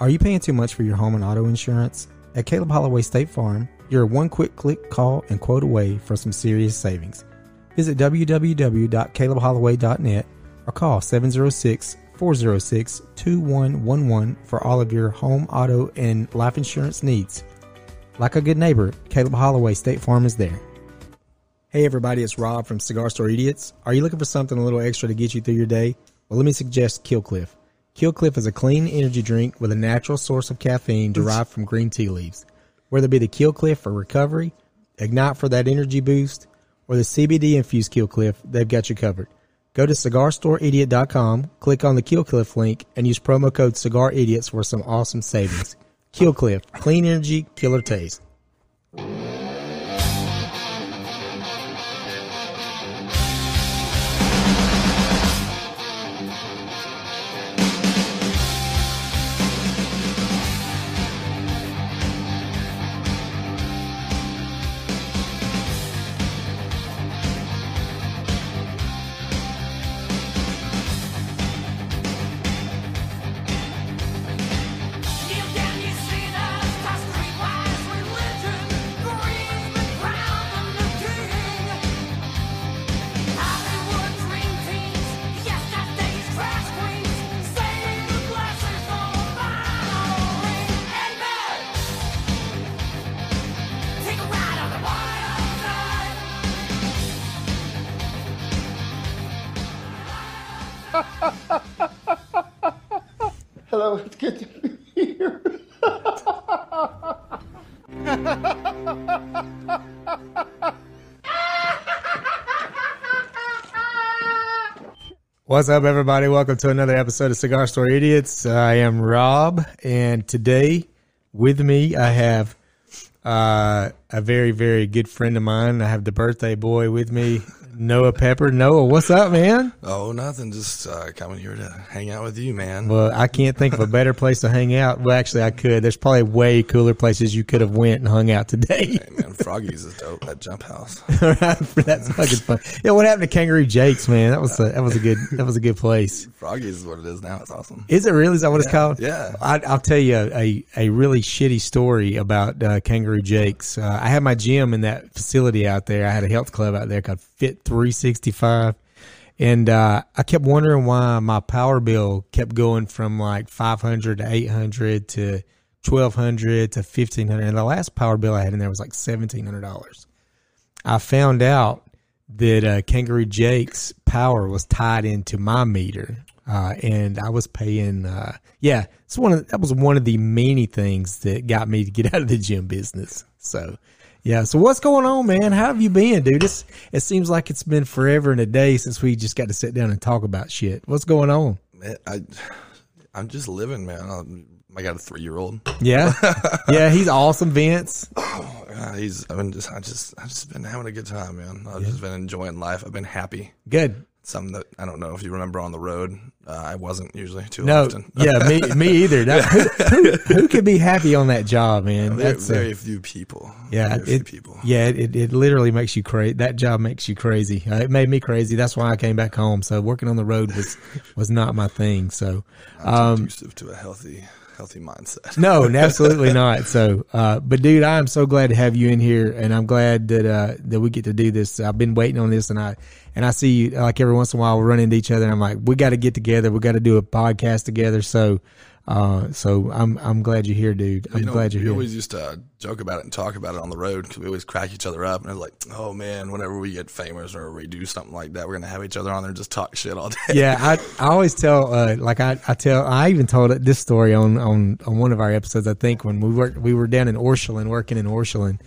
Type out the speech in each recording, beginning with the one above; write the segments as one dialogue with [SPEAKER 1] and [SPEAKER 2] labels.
[SPEAKER 1] Are you paying too much for your home and auto insurance? At Caleb Holloway State Farm, you're one quick click, call, and quote away from some serious savings. Visit www.calebholloway.net or call 706 406 2111 for all of your home, auto, and life insurance needs. Like a good neighbor, Caleb Holloway State Farm is there. Hey everybody, it's Rob from Cigar Store Idiots. Are you looking for something a little extra to get you through your day? Well, let me suggest Killcliff. Killcliff is a clean energy drink with a natural source of caffeine derived from green tea leaves. Whether it be the Killcliff for recovery, Ignite for that energy boost, or the CBD infused Killcliff, they've got you covered. Go to cigarstoreidiot.com, click on the Killcliff link, and use promo code CigarIdiots for some awesome savings. Killcliff, clean energy, killer taste.
[SPEAKER 2] Hello, it's good to be here.
[SPEAKER 1] What's up, everybody? Welcome to another episode of Cigar Store Idiots. I am Rob, and today with me I have uh, a very, very good friend of mine. I have the birthday boy with me, Noah Pepper. Noah, what's up, man?
[SPEAKER 3] Oh, nothing. Just uh, coming here to hang out with you, man.
[SPEAKER 1] Well, I can't think of a better place to hang out. Well, actually, I could. There's probably way cooler places you could have went and hung out today.
[SPEAKER 3] Hey, man, Froggy's is dope. That jump house.
[SPEAKER 1] That's fucking fun. Yeah, what happened to Kangaroo Jake's, man? That was a, that was a good that was a good place.
[SPEAKER 3] Froggy's is what it is now. It's awesome.
[SPEAKER 1] Is it really? Is that what it's called?
[SPEAKER 3] yeah.
[SPEAKER 1] I, I'll tell you a, a, a really shitty story about uh, Kangaroo Jake's. Uh, I had my gym in that facility out there. I had a health club out there called Fit 365. And uh, I kept wondering why my power bill kept going from like 500 to 800 to 1200 to 1500. And the last power bill I had in there was like $1,700. I found out that uh, Kangaroo Jake's power was tied into my meter, uh, and I was paying. Uh, yeah, it's one of that was one of the many things that got me to get out of the gym business. So, yeah. So what's going on, man? How have you been, dude? It's, it seems like it's been forever and a day since we just got to sit down and talk about shit. What's going on?
[SPEAKER 3] Man, I, I'm just living, man. I'm, I got a three year old.
[SPEAKER 1] Yeah, yeah. He's awesome, Vince.
[SPEAKER 3] Uh, he's. I've been just. I just. I've just been having a good time, man. I've just been enjoying life. I've been happy.
[SPEAKER 1] Good.
[SPEAKER 3] Something that I don't know if you remember on the road. Uh, I wasn't usually too
[SPEAKER 1] No,
[SPEAKER 3] often.
[SPEAKER 1] yeah, me, me either. That- who, who, who could be happy on that job, man?
[SPEAKER 3] Very,
[SPEAKER 1] a-
[SPEAKER 3] very few people.
[SPEAKER 1] Yeah,
[SPEAKER 3] very few
[SPEAKER 1] it,
[SPEAKER 3] people.
[SPEAKER 1] yeah, it, it, it literally makes you crazy. That job makes you crazy. Uh, it made me crazy. That's why I came back home. So working on the road was was not my thing. So
[SPEAKER 3] I'm
[SPEAKER 1] um,
[SPEAKER 3] conducive to a healthy, healthy mindset.
[SPEAKER 1] no, absolutely not. So, uh, but dude, I am so glad to have you in here, and I'm glad that uh, that we get to do this. I've been waiting on this, and I and I see you like every once in a while we run into each other. and I'm like, we got to get together. We got to do a podcast together. So, uh, so I'm I'm glad you're here, dude. I'm
[SPEAKER 3] You know,
[SPEAKER 1] glad you're
[SPEAKER 3] we
[SPEAKER 1] here.
[SPEAKER 3] always used to uh, joke about it and talk about it on the road because we always crack each other up. And it's like, oh man, whenever we get famous or we do something like that, we're gonna have each other on there and just talk shit all day.
[SPEAKER 1] yeah, I, I always tell uh, like I, I tell I even told it- this story on, on on one of our episodes I think when we worked we were down in Orshland working in Orshland,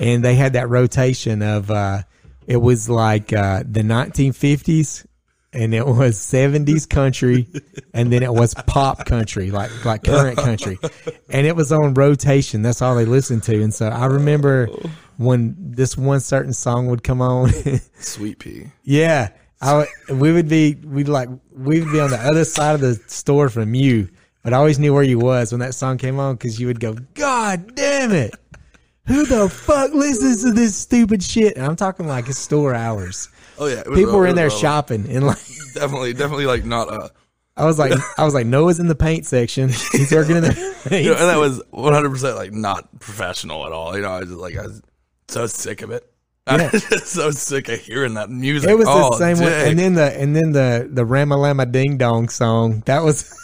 [SPEAKER 1] and they had that rotation of uh, it was like uh, the 1950s and it was 70s country and then it was pop country like like current country and it was on rotation that's all they listened to and so I remember when this one certain song would come on.
[SPEAKER 3] Sweet pea.
[SPEAKER 1] Yeah. I, would- we would be, we'd like, we would be on the other side of the store from you, but I always knew where you was when that song came on because you would go, God damn it. Who the fuck listens to this stupid shit? And I'm talking like it's store hours.
[SPEAKER 3] Oh yeah, it was-
[SPEAKER 1] People were in
[SPEAKER 3] it
[SPEAKER 1] there
[SPEAKER 3] was, uh,
[SPEAKER 1] shopping and like,
[SPEAKER 3] Definitely, definitely like not a
[SPEAKER 1] I was like, I was like, Noah's in the paint section. He's working in the
[SPEAKER 3] You know,
[SPEAKER 1] paint.
[SPEAKER 3] and that was 100 percent like not professional at all. You know, I was just like I was so sick of it. I
[SPEAKER 1] Yeah.
[SPEAKER 3] was just so sick of hearing that music.
[SPEAKER 1] It was
[SPEAKER 3] all
[SPEAKER 1] the same one,
[SPEAKER 3] day.
[SPEAKER 1] and then the and then the the Ramalama Ding Dong song. That was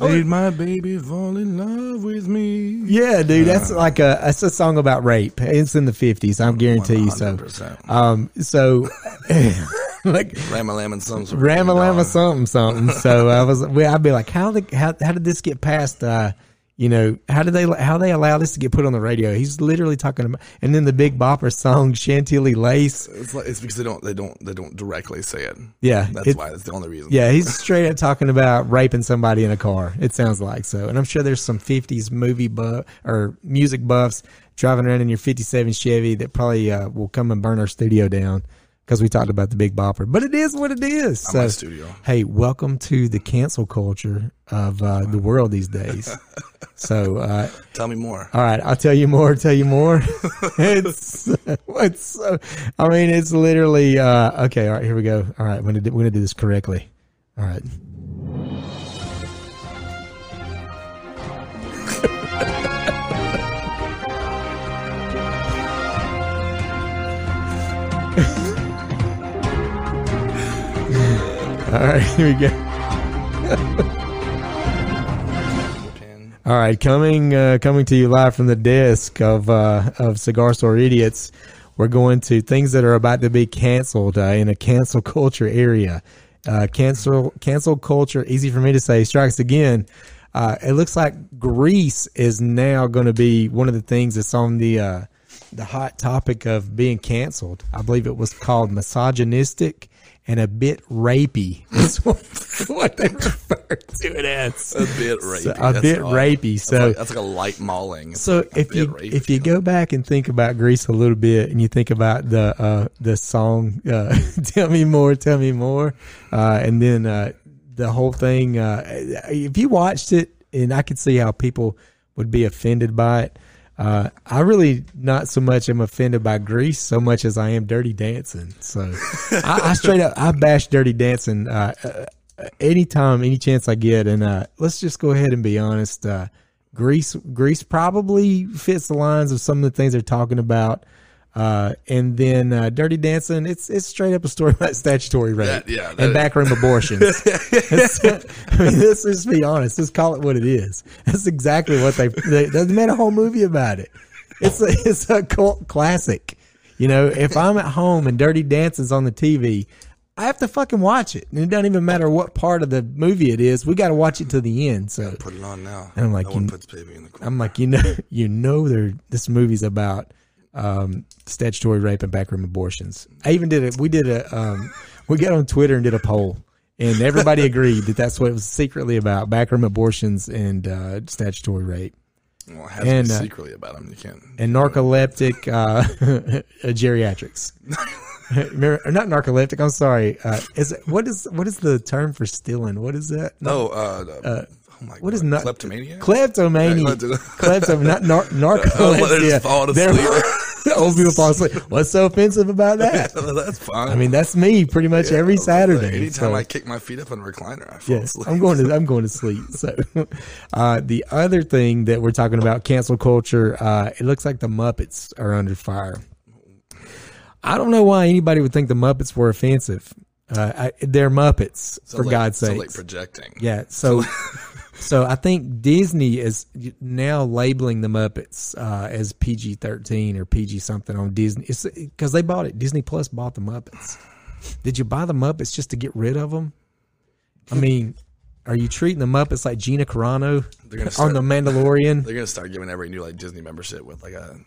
[SPEAKER 3] Did my baby fall in love with me?
[SPEAKER 1] yeah, dude. That's like a that's a song about rape. It's in the fifties. I'm guarantee you. So
[SPEAKER 3] 100%.
[SPEAKER 1] um, so like
[SPEAKER 3] Ramalaman some sort of
[SPEAKER 1] Ramalama
[SPEAKER 3] ding-dong.
[SPEAKER 1] something something. So I was, well, I'd be like, how the how, how did this get past? Uh, you know, how did they how they allow this to get put on the radio? He's literally talking about, and then the Big Bopper song Chantilly Lace.
[SPEAKER 3] It's like it's because they don't they don't they don't directly say it.
[SPEAKER 1] Yeah,
[SPEAKER 3] That's
[SPEAKER 1] it-
[SPEAKER 3] why that's the only reason.
[SPEAKER 1] Yeah, he's straight up talking about raping somebody in a car. It sounds like so, and I'm sure there's some '50s movie buff or music buffs driving around in your '57 Chevy that probably uh, will come and burn our studio down because we talked about the Big Bopper. But it is what it is.
[SPEAKER 3] my
[SPEAKER 1] So,
[SPEAKER 3] studio.
[SPEAKER 1] Hey, welcome to the cancel culture of uh, the world these days. so, uh,
[SPEAKER 3] Tell me more.
[SPEAKER 1] all right, I'll tell you more. Tell you more. it's it's. so I mean, it's literally uh, okay. All right, here we go. All right, we're gonna do, we're gonna do this correctly. All right. All right, here we go. All right, coming uh, coming to you live from the desk of uh, of Cigar Store Idiots. We're going to things that are about to be canceled uh, in a cancel culture area. Uh, cancel cancel culture, easy for me to say, strikes again. Uh, it looks like Greece is now going to be one of the things that's on the uh, the hot topic of being canceled. I believe it was called misogynistic and a bit rapey. That's what, what they refer to it as
[SPEAKER 3] A bit rapey.
[SPEAKER 1] a
[SPEAKER 3] that's
[SPEAKER 1] bit
[SPEAKER 3] all.
[SPEAKER 1] rapey,
[SPEAKER 3] That's
[SPEAKER 1] so-
[SPEAKER 3] like, that's like a light mauling. It's
[SPEAKER 1] so
[SPEAKER 3] like a
[SPEAKER 1] if you
[SPEAKER 3] bit rapey.
[SPEAKER 1] if you go back and think about Greece a little bit, and you think about the uh, the song uh, "Tell Me More, Tell Me More," uh, and then uh, the whole thing, uh, if you watched it, and I could see how people would be offended by it. Uh, I really not so much am offended by Greece so much as I am Dirty Dancing. So I, I straight up I bash Dirty Dancing uh, uh, anytime, any chance I get. And uh, let's just go ahead and be honest. Uh, Greece Greece probably fits the lines of some of the things they're talking about. Uh, and then uh, Dirty Dancing, it's it's straight up a story about statutory rape
[SPEAKER 3] That- yeah, that
[SPEAKER 1] and
[SPEAKER 3] is-
[SPEAKER 1] backroom abortions. It's- I mean, let's just be honest. Let's call it what it is. That's exactly what they they, they made a whole movie about it. It's a, it's a cult classic. You know, if I'm at home and Dirty Dance is on the TV, I have to fucking watch it. And it doesn't even matter what part of the movie it is. We got to watch it to the end. So
[SPEAKER 3] put it on now,
[SPEAKER 1] And I'm like,
[SPEAKER 3] no one
[SPEAKER 1] you-
[SPEAKER 3] puts baby in the corner.
[SPEAKER 1] I'm like, you know, you know, they're, this movie's about um, statutory rape and backroom abortions. I even did it. We did a, um, we got on Twitter and did a poll, and everybody agreed that that's what it was secretly about: backroom abortions and uh, statutory rape
[SPEAKER 3] well, it has to
[SPEAKER 1] and,
[SPEAKER 3] be
[SPEAKER 1] uh,
[SPEAKER 3] secretly about him. You can't.
[SPEAKER 1] and narcoleptic uh, geriatrics. Remember, or not narcoleptic. I'm sorry. Uh, is it- what is what is the term for stealing? What is that?
[SPEAKER 3] no, uh, the- oh my
[SPEAKER 1] What
[SPEAKER 3] God.
[SPEAKER 1] is not
[SPEAKER 3] kleptomania?
[SPEAKER 1] Kleptomania.
[SPEAKER 3] Yeah, klepto-
[SPEAKER 1] Kleptom, not nar-
[SPEAKER 3] Oh, well, they're
[SPEAKER 1] narcolepsia.
[SPEAKER 3] just falling
[SPEAKER 1] They're-
[SPEAKER 3] asleep.
[SPEAKER 1] old people fall asleep. What's so offensive about that?
[SPEAKER 3] that's fine.
[SPEAKER 1] I mean, that's me pretty much every Saturday.
[SPEAKER 3] Anytime
[SPEAKER 1] so-
[SPEAKER 3] I kick my feet up on a recliner, I fall
[SPEAKER 1] yes,
[SPEAKER 3] asleep.
[SPEAKER 1] I'm going to I'm going to sleep. So, uh, the other thing that we're talking about, cancel culture. Uh, it looks like the Muppets are under fire. I don't know why anybody would think the Muppets were offensive. Uh, I, they're Muppets,
[SPEAKER 3] So
[SPEAKER 1] for
[SPEAKER 3] like-
[SPEAKER 1] God's
[SPEAKER 3] so
[SPEAKER 1] sake.
[SPEAKER 3] like projecting.
[SPEAKER 1] Yeah. So, so I think Disney is now labeling the Muppets uh, as PG thirteen or PG something on Disney because they bought it. Disney Plus bought the Muppets. Did you buy the Muppets just to get rid of them? I mean, are you treating the Muppets like Gina Carano
[SPEAKER 3] They're gonna
[SPEAKER 1] on
[SPEAKER 3] start-
[SPEAKER 1] the Mandalorian?
[SPEAKER 3] They're gonna start giving every new like Disney membership with like a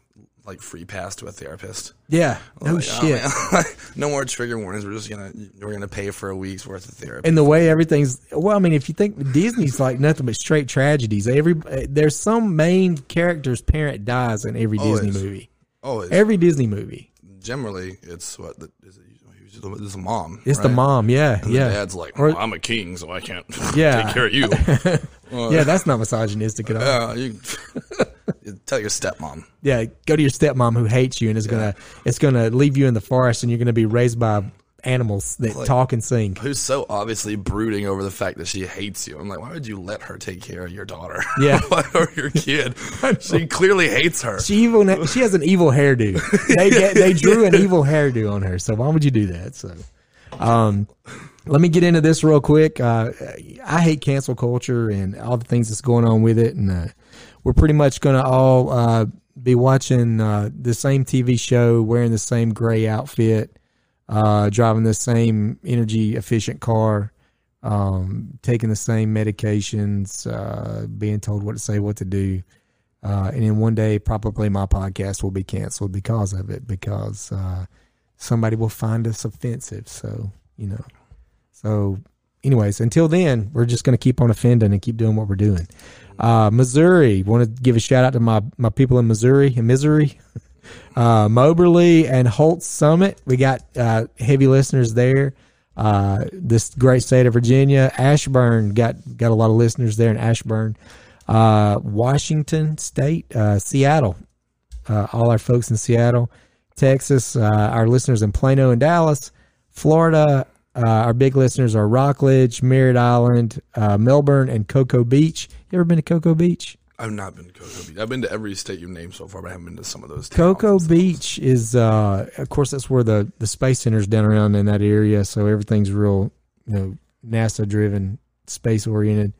[SPEAKER 3] like free pass to a therapist.
[SPEAKER 1] Yeah. No
[SPEAKER 3] Like, oh,
[SPEAKER 1] shit.
[SPEAKER 3] man. no more trigger warnings. We're just gonna we're gonna pay for a week's worth of therapy.
[SPEAKER 1] and the way everything's well, I mean, if you think Disney's like nothing but straight tragedies, every there's some main character's parent dies in every
[SPEAKER 3] Always.
[SPEAKER 1] Disney movie.
[SPEAKER 3] oh, it's,
[SPEAKER 1] Every Disney movie.
[SPEAKER 3] generally it's what the, is it, who's the- it's the mom.
[SPEAKER 1] It's the
[SPEAKER 3] right?
[SPEAKER 1] mom, yeah,
[SPEAKER 3] And
[SPEAKER 1] yeah.
[SPEAKER 3] The dad's like,
[SPEAKER 1] Or-
[SPEAKER 3] "Well, I'm a king, so I can't
[SPEAKER 1] Yeah.
[SPEAKER 3] take care of you.
[SPEAKER 1] yeah, that's not misogynistic at all.
[SPEAKER 3] Uh, you tell your stepmom.
[SPEAKER 1] yeah, go to your stepmom who hates you and is gonna it's gonna leave you in the forest and you're gonna be raised by animals that
[SPEAKER 3] Like-
[SPEAKER 1] talk and sing.
[SPEAKER 3] Who's so obviously brooding over the fact that she hates you. I'm like, why would you let her take care of your daughter?
[SPEAKER 1] Yeah.
[SPEAKER 3] or your kid? She clearly hates her.
[SPEAKER 1] She even she has an evil hairdo. They get, they drew an evil hairdo on her. So why would you do that? So, um, let me get into this real quick. Uh, I hate cancel culture and all the things that's going on with it, and uh, we're pretty much going to all uh, be watching uh, the same TV show, wearing the same gray outfit, uh, driving the same energy efficient car. Um, taking the same medications, uh, being told what to say, what to do. Uh, and then one day, probably my podcast will be canceled because of it, because uh, somebody will find us offensive. So, you know. So, anyways, until then, we're just going to keep on offending and keep doing what we're doing. Uh, Missouri, want to give a shout out to my, my people in Missouri, in Missouri, uh, Moberly and Holt Summit. We got uh, heavy listeners there. Uh, this great state of Virginia, Ashburn got got a lot of listeners there in Ashburn, uh, Washington State, uh, Seattle, uh, all our folks in Seattle, Texas, uh, our listeners in Plano and Dallas, Florida. Uh, our big listeners are Rockledge, Merritt Island, uh, Melbourne, and Cocoa Beach. You ever been to Cocoa Beach?
[SPEAKER 3] I've not been to Cocoa Beach. I've been to every state you've named so far, but I haven't been to some of those. towns.
[SPEAKER 1] Cocoa Beach is, uh, of course, that's where the the space center's down around in that area. So everything's real, you know, NASA driven, space oriented.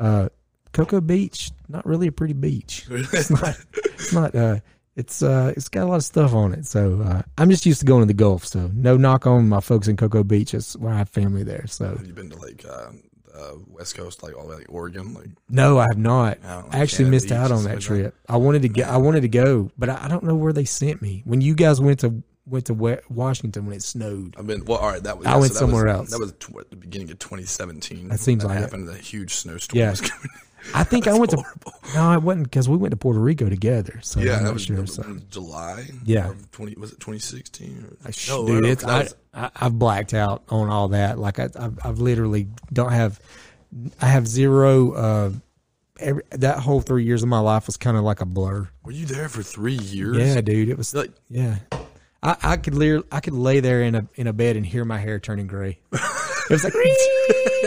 [SPEAKER 1] Uh, Cocoa Beach, not really a pretty beach. It's not. It's not. Uh, it's uh, it's got a lot of stuff on it. So uh, I'm just used to going to the Gulf. So no knock on my folks in Cocoa Beach. That's where I have family there. So
[SPEAKER 3] Have you been to like uh, uh, West Coast, like all the way like Oregon? Like
[SPEAKER 1] no, I have not.
[SPEAKER 3] I don't
[SPEAKER 1] I
[SPEAKER 3] know,
[SPEAKER 1] actually
[SPEAKER 3] Canada
[SPEAKER 1] missed
[SPEAKER 3] Beach
[SPEAKER 1] out
[SPEAKER 3] or
[SPEAKER 1] on
[SPEAKER 3] something
[SPEAKER 1] that
[SPEAKER 3] like
[SPEAKER 1] trip. I wanted to get. I wanted to go, but I, I don't know where they sent me. When you guys went to went to Wa- Washington when it snowed,
[SPEAKER 3] I've been. Well, all right, that was.
[SPEAKER 1] I
[SPEAKER 3] yeah,
[SPEAKER 1] went
[SPEAKER 3] that
[SPEAKER 1] somewhere
[SPEAKER 3] was,
[SPEAKER 1] else.
[SPEAKER 3] That was tw- at the beginning of 2017.
[SPEAKER 1] That seems
[SPEAKER 3] that
[SPEAKER 1] like it.
[SPEAKER 3] happened. The huge snowstorm.
[SPEAKER 1] Yeah.
[SPEAKER 3] was coming.
[SPEAKER 1] I think I went to. No, it wasn't because we went to Puerto Rico together. So
[SPEAKER 3] Yeah,
[SPEAKER 1] I'm
[SPEAKER 3] that
[SPEAKER 1] not
[SPEAKER 3] was
[SPEAKER 1] sure.
[SPEAKER 3] that
[SPEAKER 1] So.
[SPEAKER 3] was July.
[SPEAKER 1] Yeah.
[SPEAKER 3] of 20 was it 2016? Or,
[SPEAKER 1] Sh-
[SPEAKER 3] no,
[SPEAKER 1] dude,
[SPEAKER 3] no,
[SPEAKER 1] it's,
[SPEAKER 3] that
[SPEAKER 1] I,
[SPEAKER 3] was-
[SPEAKER 1] I, I've blacked out on all that. Like I, I've, I've literally don't have, I have zero. Uh, every, that whole three years of my life was kind of like a blur.
[SPEAKER 3] were you there for three years?
[SPEAKER 1] Yeah, dude, it was.
[SPEAKER 3] Like-
[SPEAKER 1] yeah, I, I could lear, I could lay there in a in a bed and hear my hair turning gray. It was like,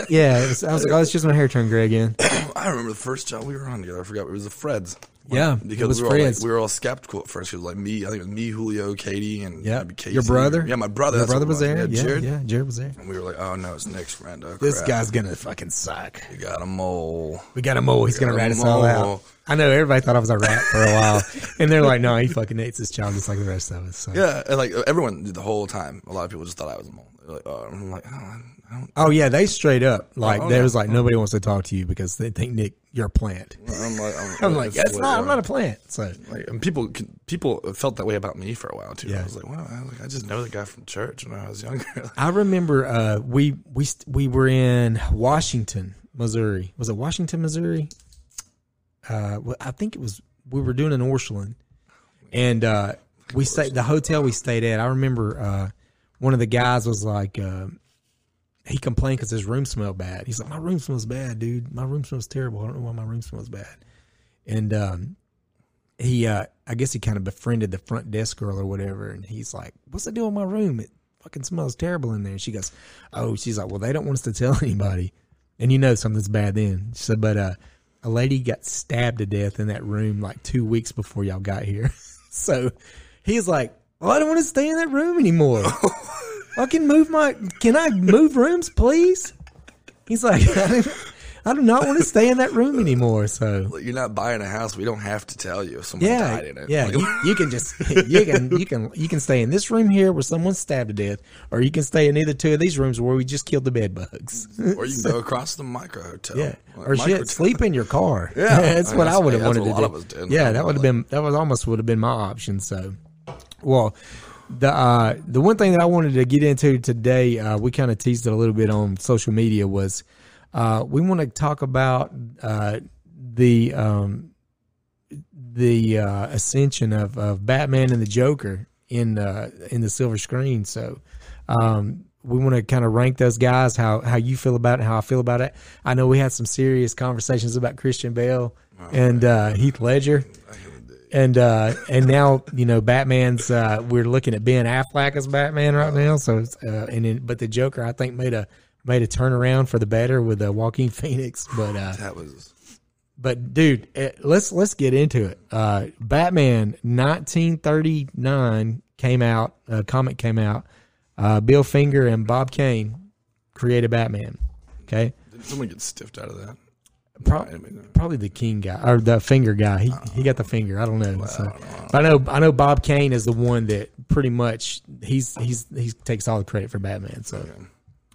[SPEAKER 1] yeah, it was, I was like, oh, it's just my hair turned gray again.
[SPEAKER 3] Oh, I remember the first job we were on together. I forgot it was the Freds.
[SPEAKER 1] Yeah, it
[SPEAKER 3] because
[SPEAKER 1] was
[SPEAKER 3] we, were all, like,
[SPEAKER 1] Freds.
[SPEAKER 3] we were all skeptical at first. It was like me, I think it was me, Julio, Katie, and
[SPEAKER 1] Yeah,
[SPEAKER 3] maybe Casey.
[SPEAKER 1] your brother.
[SPEAKER 3] Yeah, my brother.
[SPEAKER 1] Your
[SPEAKER 3] that's
[SPEAKER 1] brother
[SPEAKER 3] what
[SPEAKER 1] was
[SPEAKER 3] it
[SPEAKER 1] there. Yeah,
[SPEAKER 3] Jared.
[SPEAKER 1] yeah, Jared was there.
[SPEAKER 3] And we were like, oh no, it's Nick's friend. Oh,
[SPEAKER 1] This
[SPEAKER 3] crap.
[SPEAKER 1] guy's gonna fucking suck.
[SPEAKER 3] We got a mole.
[SPEAKER 1] We got a mole. He's gonna
[SPEAKER 3] got a
[SPEAKER 1] rat us all out.
[SPEAKER 3] mole.
[SPEAKER 1] I know everybody thought I was a rat for a while, and they're like, "No, he fucking hates his child just like the rest of us." So.
[SPEAKER 3] Yeah, and like everyone did the whole time. A lot of people just thought I was a mole. They're like, oh, I'm like, oh, I don't,
[SPEAKER 1] Oh yeah, they straight up like
[SPEAKER 3] Oh,
[SPEAKER 1] there
[SPEAKER 3] yeah.
[SPEAKER 1] was like nobody wants to talk to you because they think Nick you're a plant.
[SPEAKER 3] I'm like, I'm,
[SPEAKER 1] I'm like, that's
[SPEAKER 3] what-
[SPEAKER 1] not. I'm not a plant. So
[SPEAKER 3] Like, and people could- people felt that way about me for a while too.
[SPEAKER 1] Yeah.
[SPEAKER 3] I was like, wow, I, was like, I just know the guy from church when I was younger.
[SPEAKER 1] I remember uh, we we st- we were in Washington, Missouri. Was it Washington, Missouri? Uh, well, I think it was. We were doing an Orscheln, and uh, we stayed the hotel we stayed at. I remember uh, one of the guys was like, uh, he complained because his room smelled bad. He's like, my room smells bad, dude. My room smells terrible. I don't know why my room smells bad. And um, he uh I guess he kind of befriended the front desk girl or whatever, and he's like, "What's the deal with my room? It fucking smells terrible in there." And she goes, "Oh, she's like, well, they don't want us to tell anybody, and you know something's bad then." She said, "But uh, a lady got stabbed to death in that room like two weeks before y'all got here, so he's like." Well, I don't want to stay in that room anymore. Fucking move my. Can I move rooms, please? He's like, I do, I do not want to stay in that room anymore. So
[SPEAKER 3] Like, you're not buying a house. We don't have to tell you if someone died in it.
[SPEAKER 1] yeah.
[SPEAKER 3] Like,
[SPEAKER 1] You, you can just you can you can you can stay in this room here where someone's stabbed to death, or you can stay in either two of these rooms where we just killed the bed bugs.
[SPEAKER 3] or you can go across the micro hotel.
[SPEAKER 1] yeah,
[SPEAKER 3] Like,
[SPEAKER 1] or
[SPEAKER 3] micro-
[SPEAKER 1] shit, sleep in your car.
[SPEAKER 3] Yeah.
[SPEAKER 1] that's
[SPEAKER 3] I
[SPEAKER 1] what
[SPEAKER 3] guess-
[SPEAKER 1] I would have
[SPEAKER 3] yeah, that's
[SPEAKER 1] wanted
[SPEAKER 3] what
[SPEAKER 1] to
[SPEAKER 3] a lot
[SPEAKER 1] do.
[SPEAKER 3] of us did.
[SPEAKER 1] Yeah, that would have been that was almost would have been my option. So, well, the uh, the one thing that I wanted to get into today, uh, we kind of teased it a little bit on social media was uh, we want to talk about uh, the um, the uh, ascension of, of Batman and the Joker in uh, in the silver screen. So um, we want to kind of rank those guys how how you feel about it, how I feel about it. I know we had some serious conversations about Christian Bale and uh, Heath Ledger. and uh, and now you know Batman's. Uh, we're looking at Ben Affleck as Batman right now. So it's, uh, and then, but the Joker, I think, made a made a turnaround for the better with uh, Joaquin Phoenix. But uh,
[SPEAKER 3] That was
[SPEAKER 1] but dude, eh, let's let's get into it. Uh, Batman 1939 came out. A comic came out. Uh, Bill Finger and Bob Kane created Batman. Okay,
[SPEAKER 3] did someone get stiffed out of that?
[SPEAKER 1] Pro-
[SPEAKER 3] I mean,
[SPEAKER 1] probably the King guy or the Finger guy. He he got the finger. I don't know. So- but I know I know Bob Kane is the one that pretty much he's he's he takes all the credit for Batman. So.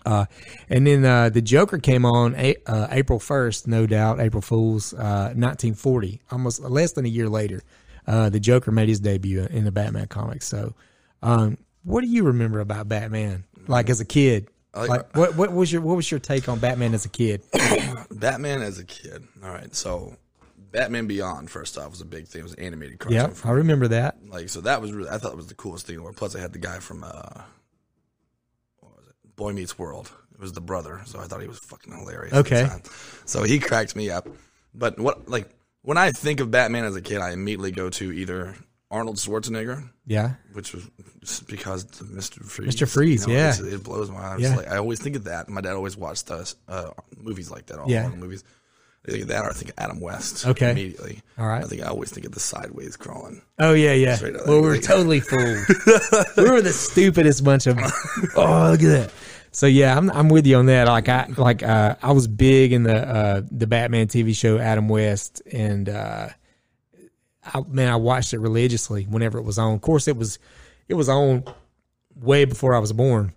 [SPEAKER 1] Uh, and then uh, the Joker came on a- uh, April 1st, no doubt, April Fool's, uh, 1940, almost less than a year later. Uh, the Joker made his debut in the Batman comics. So, um, what do you remember about Batman, like as a kid?
[SPEAKER 3] like-
[SPEAKER 1] Like, what, what was your what was your take on Batman as a kid?
[SPEAKER 3] Batman as a kid. All right, so Batman Beyond first off was a big thing. It was an animated cartoon.
[SPEAKER 1] yeah, I
[SPEAKER 3] from-
[SPEAKER 1] remember that.
[SPEAKER 3] like so that was really I thought it was the coolest thing. in the world. Plus, I had the guy from uh, what was it? Boy Meets World. It was the brother, so I thought he was fucking hilarious. at the
[SPEAKER 1] Okay.
[SPEAKER 3] time. so he cracked me up. But what like when I think of Batman as a kid, I immediately go to either Arnold Schwarzenegger
[SPEAKER 1] Yeah.
[SPEAKER 3] which was just because the Mr. Freeze.
[SPEAKER 1] Mr. Freeze,
[SPEAKER 3] you know,
[SPEAKER 1] yeah.
[SPEAKER 3] it's- it blows my mind.
[SPEAKER 1] Yeah.
[SPEAKER 3] Like, I always think of that. My dad always watched us uh, movies like that. All
[SPEAKER 1] Yeah.
[SPEAKER 3] yeah. movies. I think of that, or I think of Adam West.
[SPEAKER 1] Okay.
[SPEAKER 3] immediately.
[SPEAKER 1] All right.
[SPEAKER 3] I think I always think of the sideways crawling.
[SPEAKER 1] Oh yeah, yeah.
[SPEAKER 3] Straight out
[SPEAKER 1] Well,
[SPEAKER 3] of
[SPEAKER 1] we were
[SPEAKER 3] the-
[SPEAKER 1] totally fooled. we were the stupidest bunch of. Oh, look at that. So yeah, I'm I'm with you on that. Like I like uh, I was big in the uh, the Batman TV show Adam West, and uh, I, man, I watched it religiously whenever it was on. Of course, it was it was on way before I was born,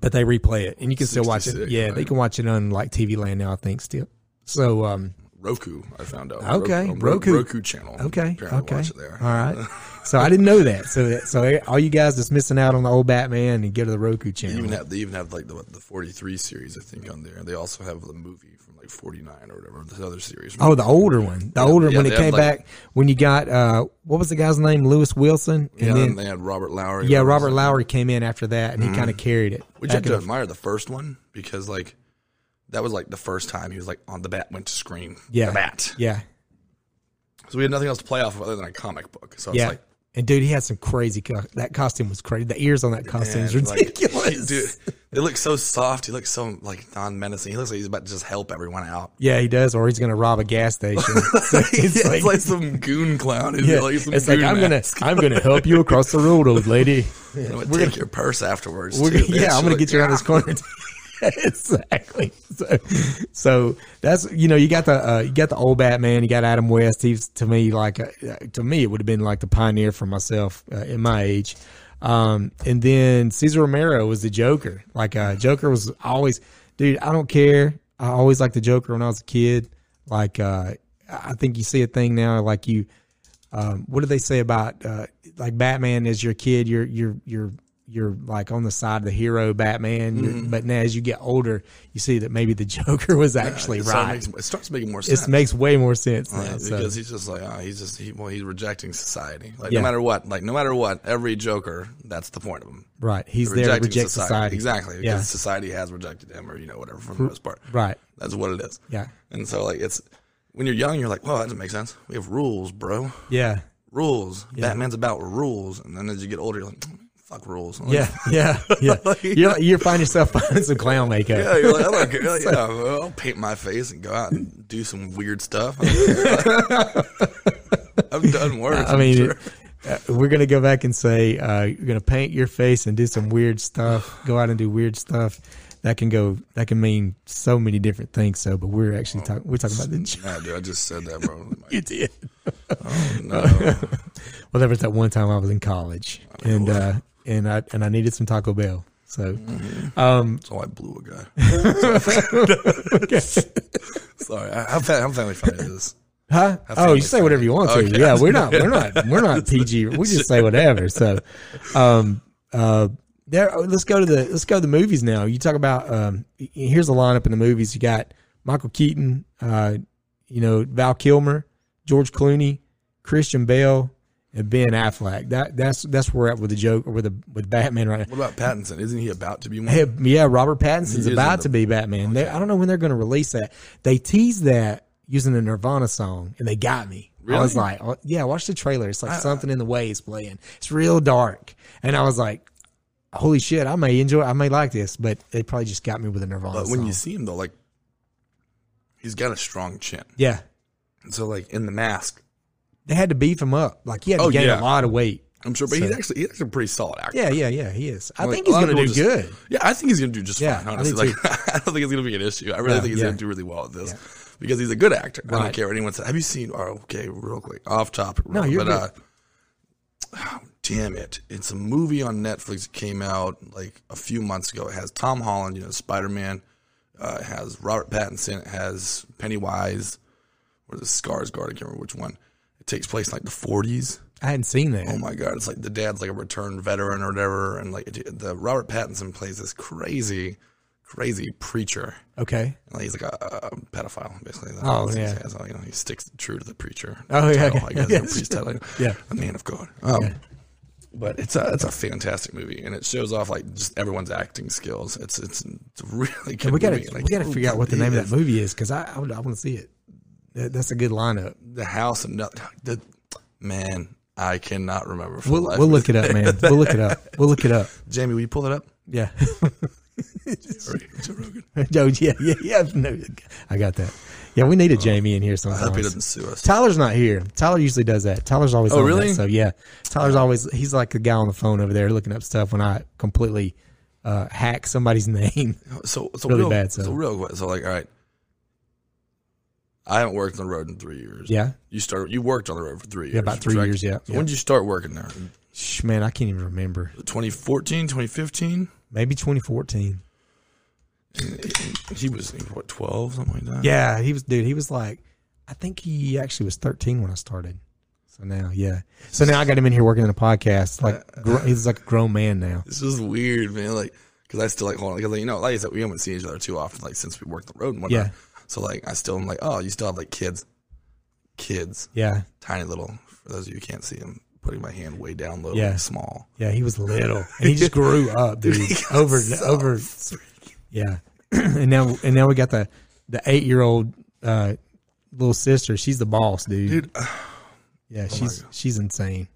[SPEAKER 1] but they replay it, and you can still watch it.
[SPEAKER 3] 66,
[SPEAKER 1] Yeah, they
[SPEAKER 3] right.
[SPEAKER 1] can watch it on like TV Land now, I think still. So um,
[SPEAKER 3] Roku, I found out.
[SPEAKER 1] Okay,
[SPEAKER 3] Roku,
[SPEAKER 1] Roku.
[SPEAKER 3] Roku channel.
[SPEAKER 1] Okay.
[SPEAKER 3] Apparently
[SPEAKER 1] okay.
[SPEAKER 3] Watch it there.
[SPEAKER 1] All right. So I didn't know that. So that, so all you guys that's missing out on the old Batman and go to the Roku
[SPEAKER 3] They
[SPEAKER 1] channel.
[SPEAKER 3] even have they even have like the what, the 43 series I think on there. They also have the movie from like 49 or whatever. The other series.
[SPEAKER 1] Oh, the older one. The older
[SPEAKER 3] yeah,
[SPEAKER 1] when it
[SPEAKER 3] they have,
[SPEAKER 1] came
[SPEAKER 3] like-
[SPEAKER 1] back when you got uh what was the guy's name? Lewis Wilson. And
[SPEAKER 3] yeah. And
[SPEAKER 1] then
[SPEAKER 3] they had Robert Lowry.
[SPEAKER 1] yeah, Robert Lowry came in after that and he kind of carried it.
[SPEAKER 3] Which you
[SPEAKER 1] Back
[SPEAKER 3] have to
[SPEAKER 1] in the-
[SPEAKER 3] admire the first one because like that was like the first time he was like on the bat went to scream.
[SPEAKER 1] yeah.
[SPEAKER 3] The bat.
[SPEAKER 1] Yeah.
[SPEAKER 3] So we had nothing else to play off of other than a comic book. So it's
[SPEAKER 1] Yeah.
[SPEAKER 3] like
[SPEAKER 1] and dude, he had some crazy co- that costume was crazy. The ears on that costume was
[SPEAKER 3] man, like,
[SPEAKER 1] ridiculous.
[SPEAKER 3] dude, it looks so soft. He looks so like non menacing. He looks like he's about to just help everyone out.
[SPEAKER 1] yeah, he does, or he's gonna rob a gas station. So it's
[SPEAKER 3] It's like,
[SPEAKER 1] like-
[SPEAKER 3] some goon clown.
[SPEAKER 1] Yeah.
[SPEAKER 3] Yeah, like some
[SPEAKER 1] it's like
[SPEAKER 3] goon
[SPEAKER 1] I'm gonna
[SPEAKER 3] mask.
[SPEAKER 1] I'm gonna help you across the road, old lady.
[SPEAKER 3] I'm gonna take your purse afterwards.
[SPEAKER 1] We're
[SPEAKER 3] too,
[SPEAKER 1] gonna-
[SPEAKER 3] bitch.
[SPEAKER 1] yeah, I'm gonna
[SPEAKER 3] Like,
[SPEAKER 1] get you out of this corner. exactly. So, so that's you know you got the uh, you got the old Batman, you got Adam West. He's to me like uh, to me it would have been like the pioneer for myself uh, in my age. Um, and then Cesar Romero was the Joker. Like uh, Joker was always, dude. I don't care. I always liked the Joker when I was a kid. Like uh, I think you see a thing now like you um, what do they say about uh, like Batman as your kid? You're you're you're you're like on the side of the hero Batman, You're
[SPEAKER 3] Mm-hmm.
[SPEAKER 1] but now as you get older, you see that maybe the Joker was actually
[SPEAKER 3] it starts
[SPEAKER 1] right.
[SPEAKER 3] making- it starts making more sense.
[SPEAKER 1] This makes way more sense now.
[SPEAKER 3] Right,
[SPEAKER 1] so.
[SPEAKER 3] because he's just like oh, he's just he, well he's rejecting society like
[SPEAKER 1] Yeah.
[SPEAKER 3] no matter what like no matter what every joker that's the point of him
[SPEAKER 1] Right, he's there to reject society.
[SPEAKER 3] exactly because
[SPEAKER 1] Yeah.
[SPEAKER 3] society has rejected him or you know whatever for the most part
[SPEAKER 1] Right.
[SPEAKER 3] that's what it is
[SPEAKER 1] Yeah.
[SPEAKER 3] and so like it's when you're young you're like well that doesn't make sense we have rules bro
[SPEAKER 1] Yeah.
[SPEAKER 3] rules Batman's about rules and then as you get older you're like fuck rules Like,
[SPEAKER 1] Yeah. Yeah. Yeah. You're, you find yourself behining some clown makeup.
[SPEAKER 3] yeah, you're like, I don't care. You're like, yeah, well, I'll paint my face and go out and do some weird stuff. I don't care. I've done worse.
[SPEAKER 1] I mean, uh, we're gonna go back and say uh, you're gonna paint your face and do some weird stuff. Go out and do weird stuff. That can go. That can mean so many different things. So, but we're actually talking. We're talking about the Joker.
[SPEAKER 3] Nah, dude, I just said that, bro.
[SPEAKER 1] You did.
[SPEAKER 3] No,
[SPEAKER 1] Well, there was that one time I was in college, and uh, and I and I needed some Taco Bell. So
[SPEAKER 3] so I blew a guy. Sorry, I, I'm, fa- I'm family friendly. This
[SPEAKER 1] Huh?
[SPEAKER 3] seen
[SPEAKER 1] Oh, you
[SPEAKER 3] this
[SPEAKER 1] say whatever you want to.
[SPEAKER 3] Okay.
[SPEAKER 1] Yeah, we're not we're not we're not PG. We just say whatever. So, um, uh, there. oh, Let's go to the let's go to the movies now. You talk about um. y- Here's the lineup in the movies. You got Michael Keaton, uh, you know Val Kilmer, George Clooney, Christian Bale, and Ben Affleck. That that's that's where we're at with the joke with the with Batman right now.
[SPEAKER 3] What about Pattinson? Isn't he about to be one?
[SPEAKER 1] Hey, yeah, Robert Pattinson's
[SPEAKER 3] He is
[SPEAKER 1] about
[SPEAKER 3] in the-
[SPEAKER 1] to be Batman. They, I don't know when they're going to release that. They teased that using a Nirvana song, and they got me. I was like, oh, yeah, watch the trailer. It's like something in the way is playing. It's real dark. And I was like, holy shit, I may enjoy, I may like this, but they probably just got me with a Nirvana
[SPEAKER 3] But when
[SPEAKER 1] song.
[SPEAKER 3] you see him though, like he's got a strong chin.
[SPEAKER 1] yeah,
[SPEAKER 3] And so like in the mask,
[SPEAKER 1] they had to beef him up. Like he had to
[SPEAKER 3] Oh,
[SPEAKER 1] gain
[SPEAKER 3] yeah.
[SPEAKER 1] a lot of weight.
[SPEAKER 3] I'm sure, but he's actually he's actually a pretty solid actor.
[SPEAKER 1] Yeah, yeah, yeah. He is. I
[SPEAKER 3] Like, "Oh,
[SPEAKER 1] think
[SPEAKER 3] a
[SPEAKER 1] he's
[SPEAKER 3] lot of
[SPEAKER 1] gonna do
[SPEAKER 3] people just-
[SPEAKER 1] good.
[SPEAKER 3] Yeah, I think he's gonna do just
[SPEAKER 1] Yeah,
[SPEAKER 3] fine.
[SPEAKER 1] I
[SPEAKER 3] Honestly,
[SPEAKER 1] do
[SPEAKER 3] like I don't think it's gonna be an issue. I really
[SPEAKER 1] Yeah,
[SPEAKER 3] think he's
[SPEAKER 1] yeah.
[SPEAKER 3] gonna do really well at this because he's a good actor. I
[SPEAKER 1] Right.
[SPEAKER 3] don't care what anyone says. Have you seen? Oh, okay, real quick, off topic.
[SPEAKER 1] No,
[SPEAKER 3] real-
[SPEAKER 1] you're
[SPEAKER 3] but, Uh, oh, damn it! It's a movie on Netflix that came out like a few months ago. It has Tom Holland, you know, Spider Man. Uh, it has Robert Pattinson. It has Pennywise. Or the Skarsgård? I can't remember which one. It takes place in like the 40s
[SPEAKER 1] I hadn't seen that.
[SPEAKER 3] oh my god, it's like the dad's like a returned veteran or whatever, and like it- the Robert Pattinson plays this crazy, crazy preacher.
[SPEAKER 1] Okay.
[SPEAKER 3] And he's like a, a- a pedophile, basically. That's
[SPEAKER 1] Oh,
[SPEAKER 3] what he
[SPEAKER 1] yeah.
[SPEAKER 3] says. So, you know, he sticks true to the preacher.
[SPEAKER 1] Oh, yeah, okay.
[SPEAKER 3] title, I guess,
[SPEAKER 1] Yeah,
[SPEAKER 3] the priest title.
[SPEAKER 1] Yeah.
[SPEAKER 3] a man of God. Um, But it's a it's a fantastic movie, and it shows off like just everyone's acting skills. It's it's, it's a really good.
[SPEAKER 1] we gotta
[SPEAKER 3] movie. Like,
[SPEAKER 1] we gotta figure out what the name of
[SPEAKER 3] is
[SPEAKER 1] that movie is because I I, would- I want to see it. That, that's a good lineup.
[SPEAKER 3] The house and nothing. The, man, I cannot remember. For the
[SPEAKER 1] We'll
[SPEAKER 3] life
[SPEAKER 1] we'll
[SPEAKER 3] of me.
[SPEAKER 1] look it up, man. We'll look it up. We'll look it up.
[SPEAKER 3] Jamie, will you pull it up?
[SPEAKER 1] Yeah.
[SPEAKER 3] Sorry, Joe Rogan.
[SPEAKER 1] Joe, yeah, yeah, yeah. No, I got that. Yeah, we need a Jamie in here
[SPEAKER 3] Oh, I hope he
[SPEAKER 1] sometimes.
[SPEAKER 3] doesn't sue us.
[SPEAKER 1] Tyler's not here. Tyler usually does that. Tyler's always. Oh, on
[SPEAKER 3] really?
[SPEAKER 1] That, so yeah, Tyler's always. He's like the guy on the phone over there looking up stuff when I completely uh, hack somebody's name.
[SPEAKER 3] "Oh, So, so
[SPEAKER 1] Really
[SPEAKER 3] real,
[SPEAKER 1] bad,
[SPEAKER 3] So.
[SPEAKER 1] so.
[SPEAKER 3] real quick. So, like, all right. I haven't worked on the road in three years.
[SPEAKER 1] Yeah.
[SPEAKER 3] You started. You worked on the road for three years.
[SPEAKER 1] about three
[SPEAKER 3] correct?
[SPEAKER 1] years, yeah.
[SPEAKER 3] So When did you start working there?
[SPEAKER 1] Shh, man, I can't even remember.
[SPEAKER 3] 2014, 2015.
[SPEAKER 1] Maybe 2014.
[SPEAKER 3] He was what 12, something like that.
[SPEAKER 1] Yeah, he was, dude. He was like, I think he actually was 13 when I started. So now, yeah. So now I got him in here working in a podcast. Like
[SPEAKER 3] Uh,
[SPEAKER 1] gr- he's like a grown man now.
[SPEAKER 3] This is weird, man. Like, because I still like hold on. Because you know, like I said, we haven't seen each other too often. Like since we worked the road and whatnot.
[SPEAKER 1] Yeah.
[SPEAKER 3] So like, I still am like, oh, you still have like kids, kids,
[SPEAKER 1] Yeah,
[SPEAKER 3] tiny little. For those of you who can't see, I'm putting my hand way down low,
[SPEAKER 1] Yeah.
[SPEAKER 3] small.
[SPEAKER 1] yeah. He was little, and he just grew up, dude. over over. Yeah, and now and now we got the the eight year old uh, little sister. She's the boss, dude.
[SPEAKER 3] Dude,
[SPEAKER 1] yeah, she's she's insane.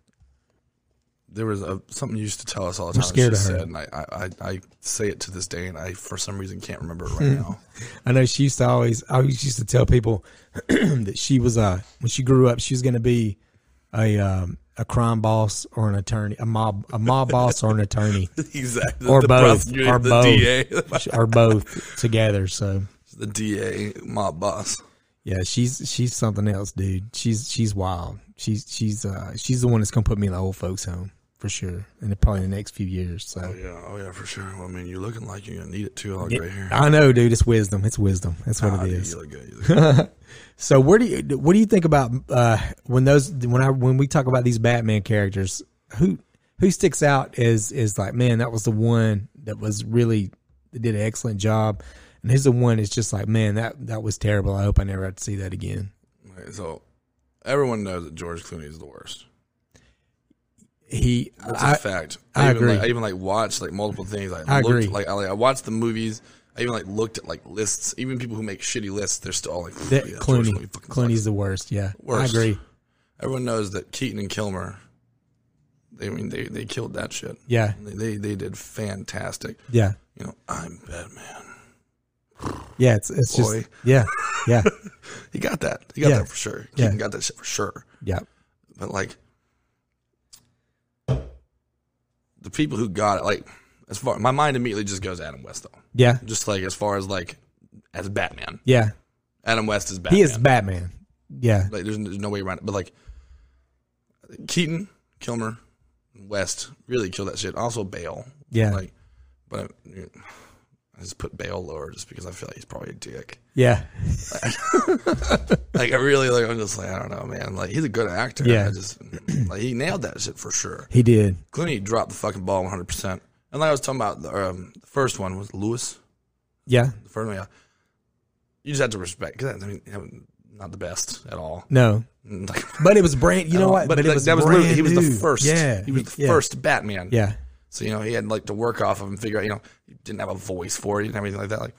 [SPEAKER 3] there was a, something you used to tell us all the time. that
[SPEAKER 1] scared of
[SPEAKER 3] she
[SPEAKER 1] her.
[SPEAKER 3] Said, and I, I, I, I say it to this day, and I for some reason can't remember it
[SPEAKER 1] Hmm.
[SPEAKER 3] right now.
[SPEAKER 1] I know she used to always, I always used to tell people that she was uh when she grew up, she was going to be a um, a crime boss or an attorney, a mob a mob boss or an attorney
[SPEAKER 3] exactly.
[SPEAKER 1] or both
[SPEAKER 3] prosecutor,
[SPEAKER 1] or
[SPEAKER 3] the
[SPEAKER 1] both
[SPEAKER 3] DA,
[SPEAKER 1] or both together. So
[SPEAKER 3] the DA mob boss.
[SPEAKER 1] yeah, she's she's something else, dude. She's she's wild. She's she's uh she's the one that's going to put me in the old folks home for sure, and probably in the next few years. So
[SPEAKER 3] Yeah, oh yeah, for sure. Well, I mean, you're looking like you're gonna need it too. Like right here.
[SPEAKER 1] I know, dude. It's wisdom. It's wisdom. That's what
[SPEAKER 3] Ah,
[SPEAKER 1] it
[SPEAKER 3] dude,
[SPEAKER 1] is.
[SPEAKER 3] You look good. You look good.
[SPEAKER 1] So where do you what do you think about uh, when those when I when we talk about these Batman characters who who sticks out is is like man that was the one that was really that did an excellent job and here's the one that's just like man that that was terrible I hope I never have to see that again
[SPEAKER 3] Okay, so everyone knows that George Clooney is the worst.
[SPEAKER 1] he
[SPEAKER 3] That's a
[SPEAKER 1] I,
[SPEAKER 3] fact.
[SPEAKER 1] I
[SPEAKER 3] even,
[SPEAKER 1] agree.
[SPEAKER 3] Like, I even like watched like multiple things. Like,
[SPEAKER 1] I
[SPEAKER 3] looked,
[SPEAKER 1] agree.
[SPEAKER 3] Like I, like I watched the movies. I even like looked at like lists. Even people who make shitty lists, they're still all like
[SPEAKER 1] that
[SPEAKER 3] "Yeah, George
[SPEAKER 1] Clooney
[SPEAKER 3] fucking sucks."
[SPEAKER 1] Clooney's the worst yeah
[SPEAKER 3] Worst.
[SPEAKER 1] I agree
[SPEAKER 3] everyone knows that Keaton and Kilmer. They I mean they they killed that shit.
[SPEAKER 1] yeah
[SPEAKER 3] They they, they did fantastic.
[SPEAKER 1] yeah
[SPEAKER 3] You know, I'm Batman.
[SPEAKER 1] yeah it's it's just
[SPEAKER 3] Boy.
[SPEAKER 1] yeah yeah
[SPEAKER 3] He got that. He got
[SPEAKER 1] Yeah.
[SPEAKER 3] that for sure.
[SPEAKER 1] Yeah.
[SPEAKER 3] Keaton got that shit for sure.
[SPEAKER 1] yeah
[SPEAKER 3] But like the people who got it, like as far my mind immediately just goes Adam West though.
[SPEAKER 1] yeah
[SPEAKER 3] Just like as far as like as Batman.
[SPEAKER 1] yeah
[SPEAKER 3] Adam West is Batman.
[SPEAKER 1] he is Batman yeah
[SPEAKER 3] like there's, there's no way around it. But like Keaton, Kilmer, West really killed that shit. Also Bale.
[SPEAKER 1] Yeah.
[SPEAKER 3] Like, but I, I just put Bale lower just because I feel like he's probably a dick.
[SPEAKER 1] yeah
[SPEAKER 3] Like I really like. I'm just like I don't know, man. Like he's a good actor.
[SPEAKER 1] Yeah.
[SPEAKER 3] I just like he nailed that shit for sure.
[SPEAKER 1] he did
[SPEAKER 3] Clooney dropped the fucking ball 100. percent And like I was talking about, the, um, the first one was Lewis.
[SPEAKER 1] yeah
[SPEAKER 3] The first one, yeah. You just have to respect because I mean, not the best at all.
[SPEAKER 1] no
[SPEAKER 3] Like,
[SPEAKER 1] But it was brand. You know what?
[SPEAKER 3] But, like, that was
[SPEAKER 1] brand
[SPEAKER 3] literally- he was
[SPEAKER 1] new.
[SPEAKER 3] the first.
[SPEAKER 1] Yeah,
[SPEAKER 3] he was the
[SPEAKER 1] yeah.
[SPEAKER 3] first Batman.
[SPEAKER 1] Yeah,
[SPEAKER 3] So you know he had like to work off of and figure out. You know, he didn't have a voice for it. He didn't have anything like that. Like,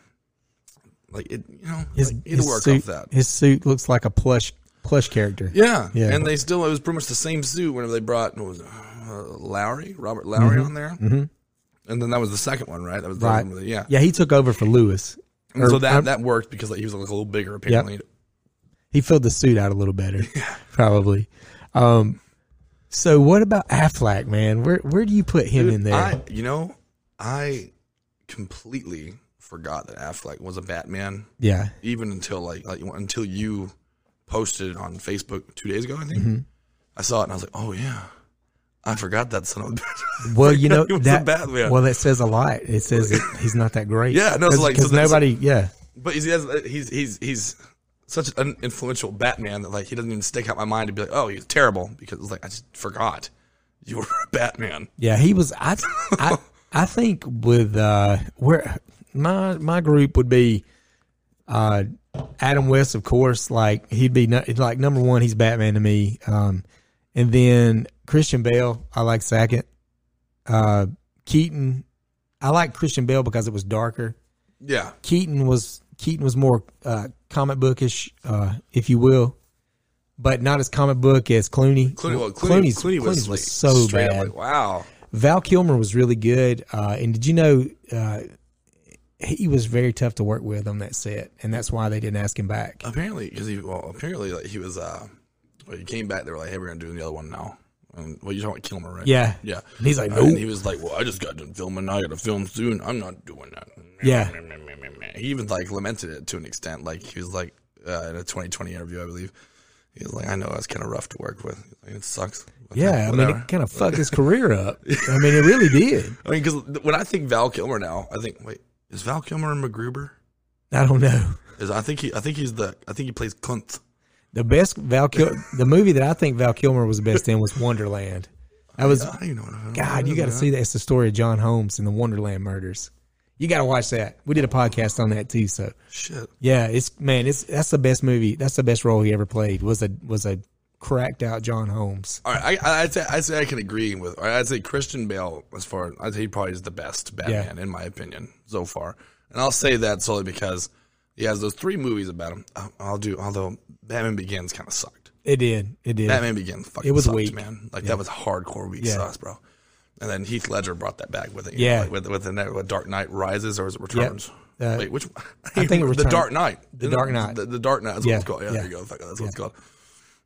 [SPEAKER 3] like it. You know,
[SPEAKER 1] his,
[SPEAKER 3] like, he had
[SPEAKER 1] his
[SPEAKER 3] to work
[SPEAKER 1] suit.
[SPEAKER 3] off that.
[SPEAKER 1] His suit looks like a plush plush character.
[SPEAKER 3] Yeah.
[SPEAKER 1] Yeah.
[SPEAKER 3] And they still, it was pretty much the same suit whenever they brought, what was it, uh, Lowry, Robert Lowry on there. Mm-hmm. And then that was the second one, right? That was the
[SPEAKER 1] Right.
[SPEAKER 3] one with the, yeah.
[SPEAKER 1] Yeah, he took over for Lewis.
[SPEAKER 3] And
[SPEAKER 1] Or-
[SPEAKER 3] so that,
[SPEAKER 1] I'm-
[SPEAKER 3] that worked because like, he was like, a little bigger apparently.
[SPEAKER 1] he filled the suit out a little better, probably. Um, so what about Affleck, man? Where where do you put him in there?
[SPEAKER 3] I, you know, I completely forgot that Affleck was a Batman,
[SPEAKER 1] yeah,
[SPEAKER 3] even until like, like until you posted it on Facebook two days ago. I think
[SPEAKER 1] Mm-hmm.
[SPEAKER 3] I saw it and I was like, oh yeah, I forgot that son of a bitch.
[SPEAKER 1] Well, you know
[SPEAKER 3] He was a
[SPEAKER 1] that.
[SPEAKER 3] Batman.
[SPEAKER 1] Well, that says a lot. It says that he's not that great.
[SPEAKER 3] Yeah, no, so like- so
[SPEAKER 1] because
[SPEAKER 3] that's-
[SPEAKER 1] nobody. Yeah,
[SPEAKER 3] but he's, he's he's he's such an influential Batman that like he doesn't even stick out my mind to be like, oh, he's terrible because it's like I just forgot you were a Batman.
[SPEAKER 1] yeah. He was. I I I think with uh where my my group would be. Uh, Adam West, of course, like he'd be nu- like number one. He's Batman to me. Um, and then Christian Bale, I like second. Uh, Keaton, I like Christian Bale because it was darker.
[SPEAKER 3] Yeah,
[SPEAKER 1] Keaton was Keaton was more uh, comic bookish, uh, if you will, but not as comic book as Clooney.
[SPEAKER 3] Clooney, well, Clooney,
[SPEAKER 1] Clooney's-
[SPEAKER 3] Clooney was,
[SPEAKER 1] Clooney's
[SPEAKER 3] like,
[SPEAKER 1] so
[SPEAKER 3] straight up
[SPEAKER 1] bad.
[SPEAKER 3] like, wow.
[SPEAKER 1] Val Kilmer was really good, uh, and did you know uh, he was very tough to work with on that set, and that's why they didn't ask him back.
[SPEAKER 3] Apparently, because he well, apparently like he was uh, well, he came back. They were like, hey, we're gonna do the other one now. And, well, you're talking about Kilmer, right?
[SPEAKER 1] Yeah,
[SPEAKER 3] yeah.
[SPEAKER 1] And he's like,
[SPEAKER 3] And
[SPEAKER 1] nope.
[SPEAKER 3] he was like, well, I just got done filming. I got to film soon. I'm not doing that.
[SPEAKER 1] Yeah.
[SPEAKER 3] He even like lamented it to an extent. Like he was like uh, in a 2020 interview, I believe. He was like, I know I was kind of rough to work with. He's like, it sucks.
[SPEAKER 1] yeah, I mean,
[SPEAKER 3] Whatever.
[SPEAKER 1] it kind of fucked his career up. I mean, it really did.
[SPEAKER 3] I mean, because when I think Val Kilmer now, I think wait, is Val Kilmer in MacGruber?
[SPEAKER 1] I don't know.
[SPEAKER 3] Is I think he I think he's the I think he plays Clint.
[SPEAKER 1] The best Val Kil- the movie that I think Val Kilmer was best in was Wonderland. That was
[SPEAKER 3] I don't know. I don't
[SPEAKER 1] God,
[SPEAKER 3] know.
[SPEAKER 1] you got to see that. It's the story of John Holmes and the Wonderland murders. You got to watch that. We did a podcast on that too. So
[SPEAKER 3] shit.
[SPEAKER 1] yeah, it's man, it's that's the best movie. That's the best role he ever played. Was a was a cracked out John Holmes.
[SPEAKER 3] All right, I, I, I'd say I say I can agree with. I'd say Christian Bale as far. I'd say he probably is the best Batman in my opinion so far, and I'll say that solely because he has those three movies about him. I'll, I'll do. Although Batman Begins kind of sucked.
[SPEAKER 1] It did. It did.
[SPEAKER 3] Batman Begins fucking
[SPEAKER 1] It was
[SPEAKER 3] sucked,
[SPEAKER 1] weak.
[SPEAKER 3] man. Like that was hardcore weak
[SPEAKER 1] Yeah.
[SPEAKER 3] sauce, bro. And then Heath Ledger brought that back with it. you
[SPEAKER 1] Yeah.
[SPEAKER 3] know, like with with the net- with Dark Knight Rises or is it Returns?
[SPEAKER 1] Uh,
[SPEAKER 3] Wait, which one?
[SPEAKER 1] I think it
[SPEAKER 3] the
[SPEAKER 1] Return-
[SPEAKER 3] Dark Knight.
[SPEAKER 1] The Dark Knight.
[SPEAKER 3] The, the Dark Knight. That's
[SPEAKER 1] Yeah,
[SPEAKER 3] what it's called. Yeah, there
[SPEAKER 1] yeah.
[SPEAKER 3] you go. Fuck, That's what it's called.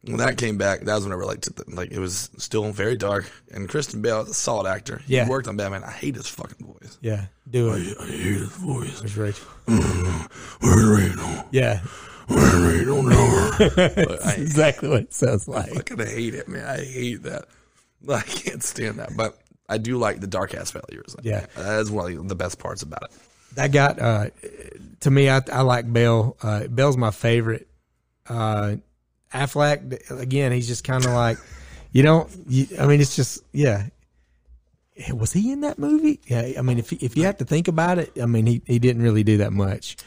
[SPEAKER 3] When that came back, that was whenever like to the, like it was still very dark. And Kristen Bale is a solid actor. He
[SPEAKER 1] Yeah.
[SPEAKER 3] worked on Batman. I hate his fucking voice.
[SPEAKER 1] Oh, Yeah, do it.
[SPEAKER 3] I hate his voice.
[SPEAKER 1] It's Rachel.
[SPEAKER 3] We're in Reno.
[SPEAKER 1] Yeah,
[SPEAKER 3] We're in Reno now. But I
[SPEAKER 1] that's exactly what it sounds like.
[SPEAKER 3] fucking hate it, man. I hate that. I can't stand that. But I do like the dark ass failures.
[SPEAKER 1] Yeah.
[SPEAKER 3] that's one of the best parts about it.
[SPEAKER 1] That got uh, to me. I I like Bell. Uh, Bell's my favorite. Uh, Affleck again. He's just kind of like, you don't. You, I mean, it's just yeah. Was he in that movie? Yeah. I mean, if if you have to think about it, I mean, he he didn't really do that much.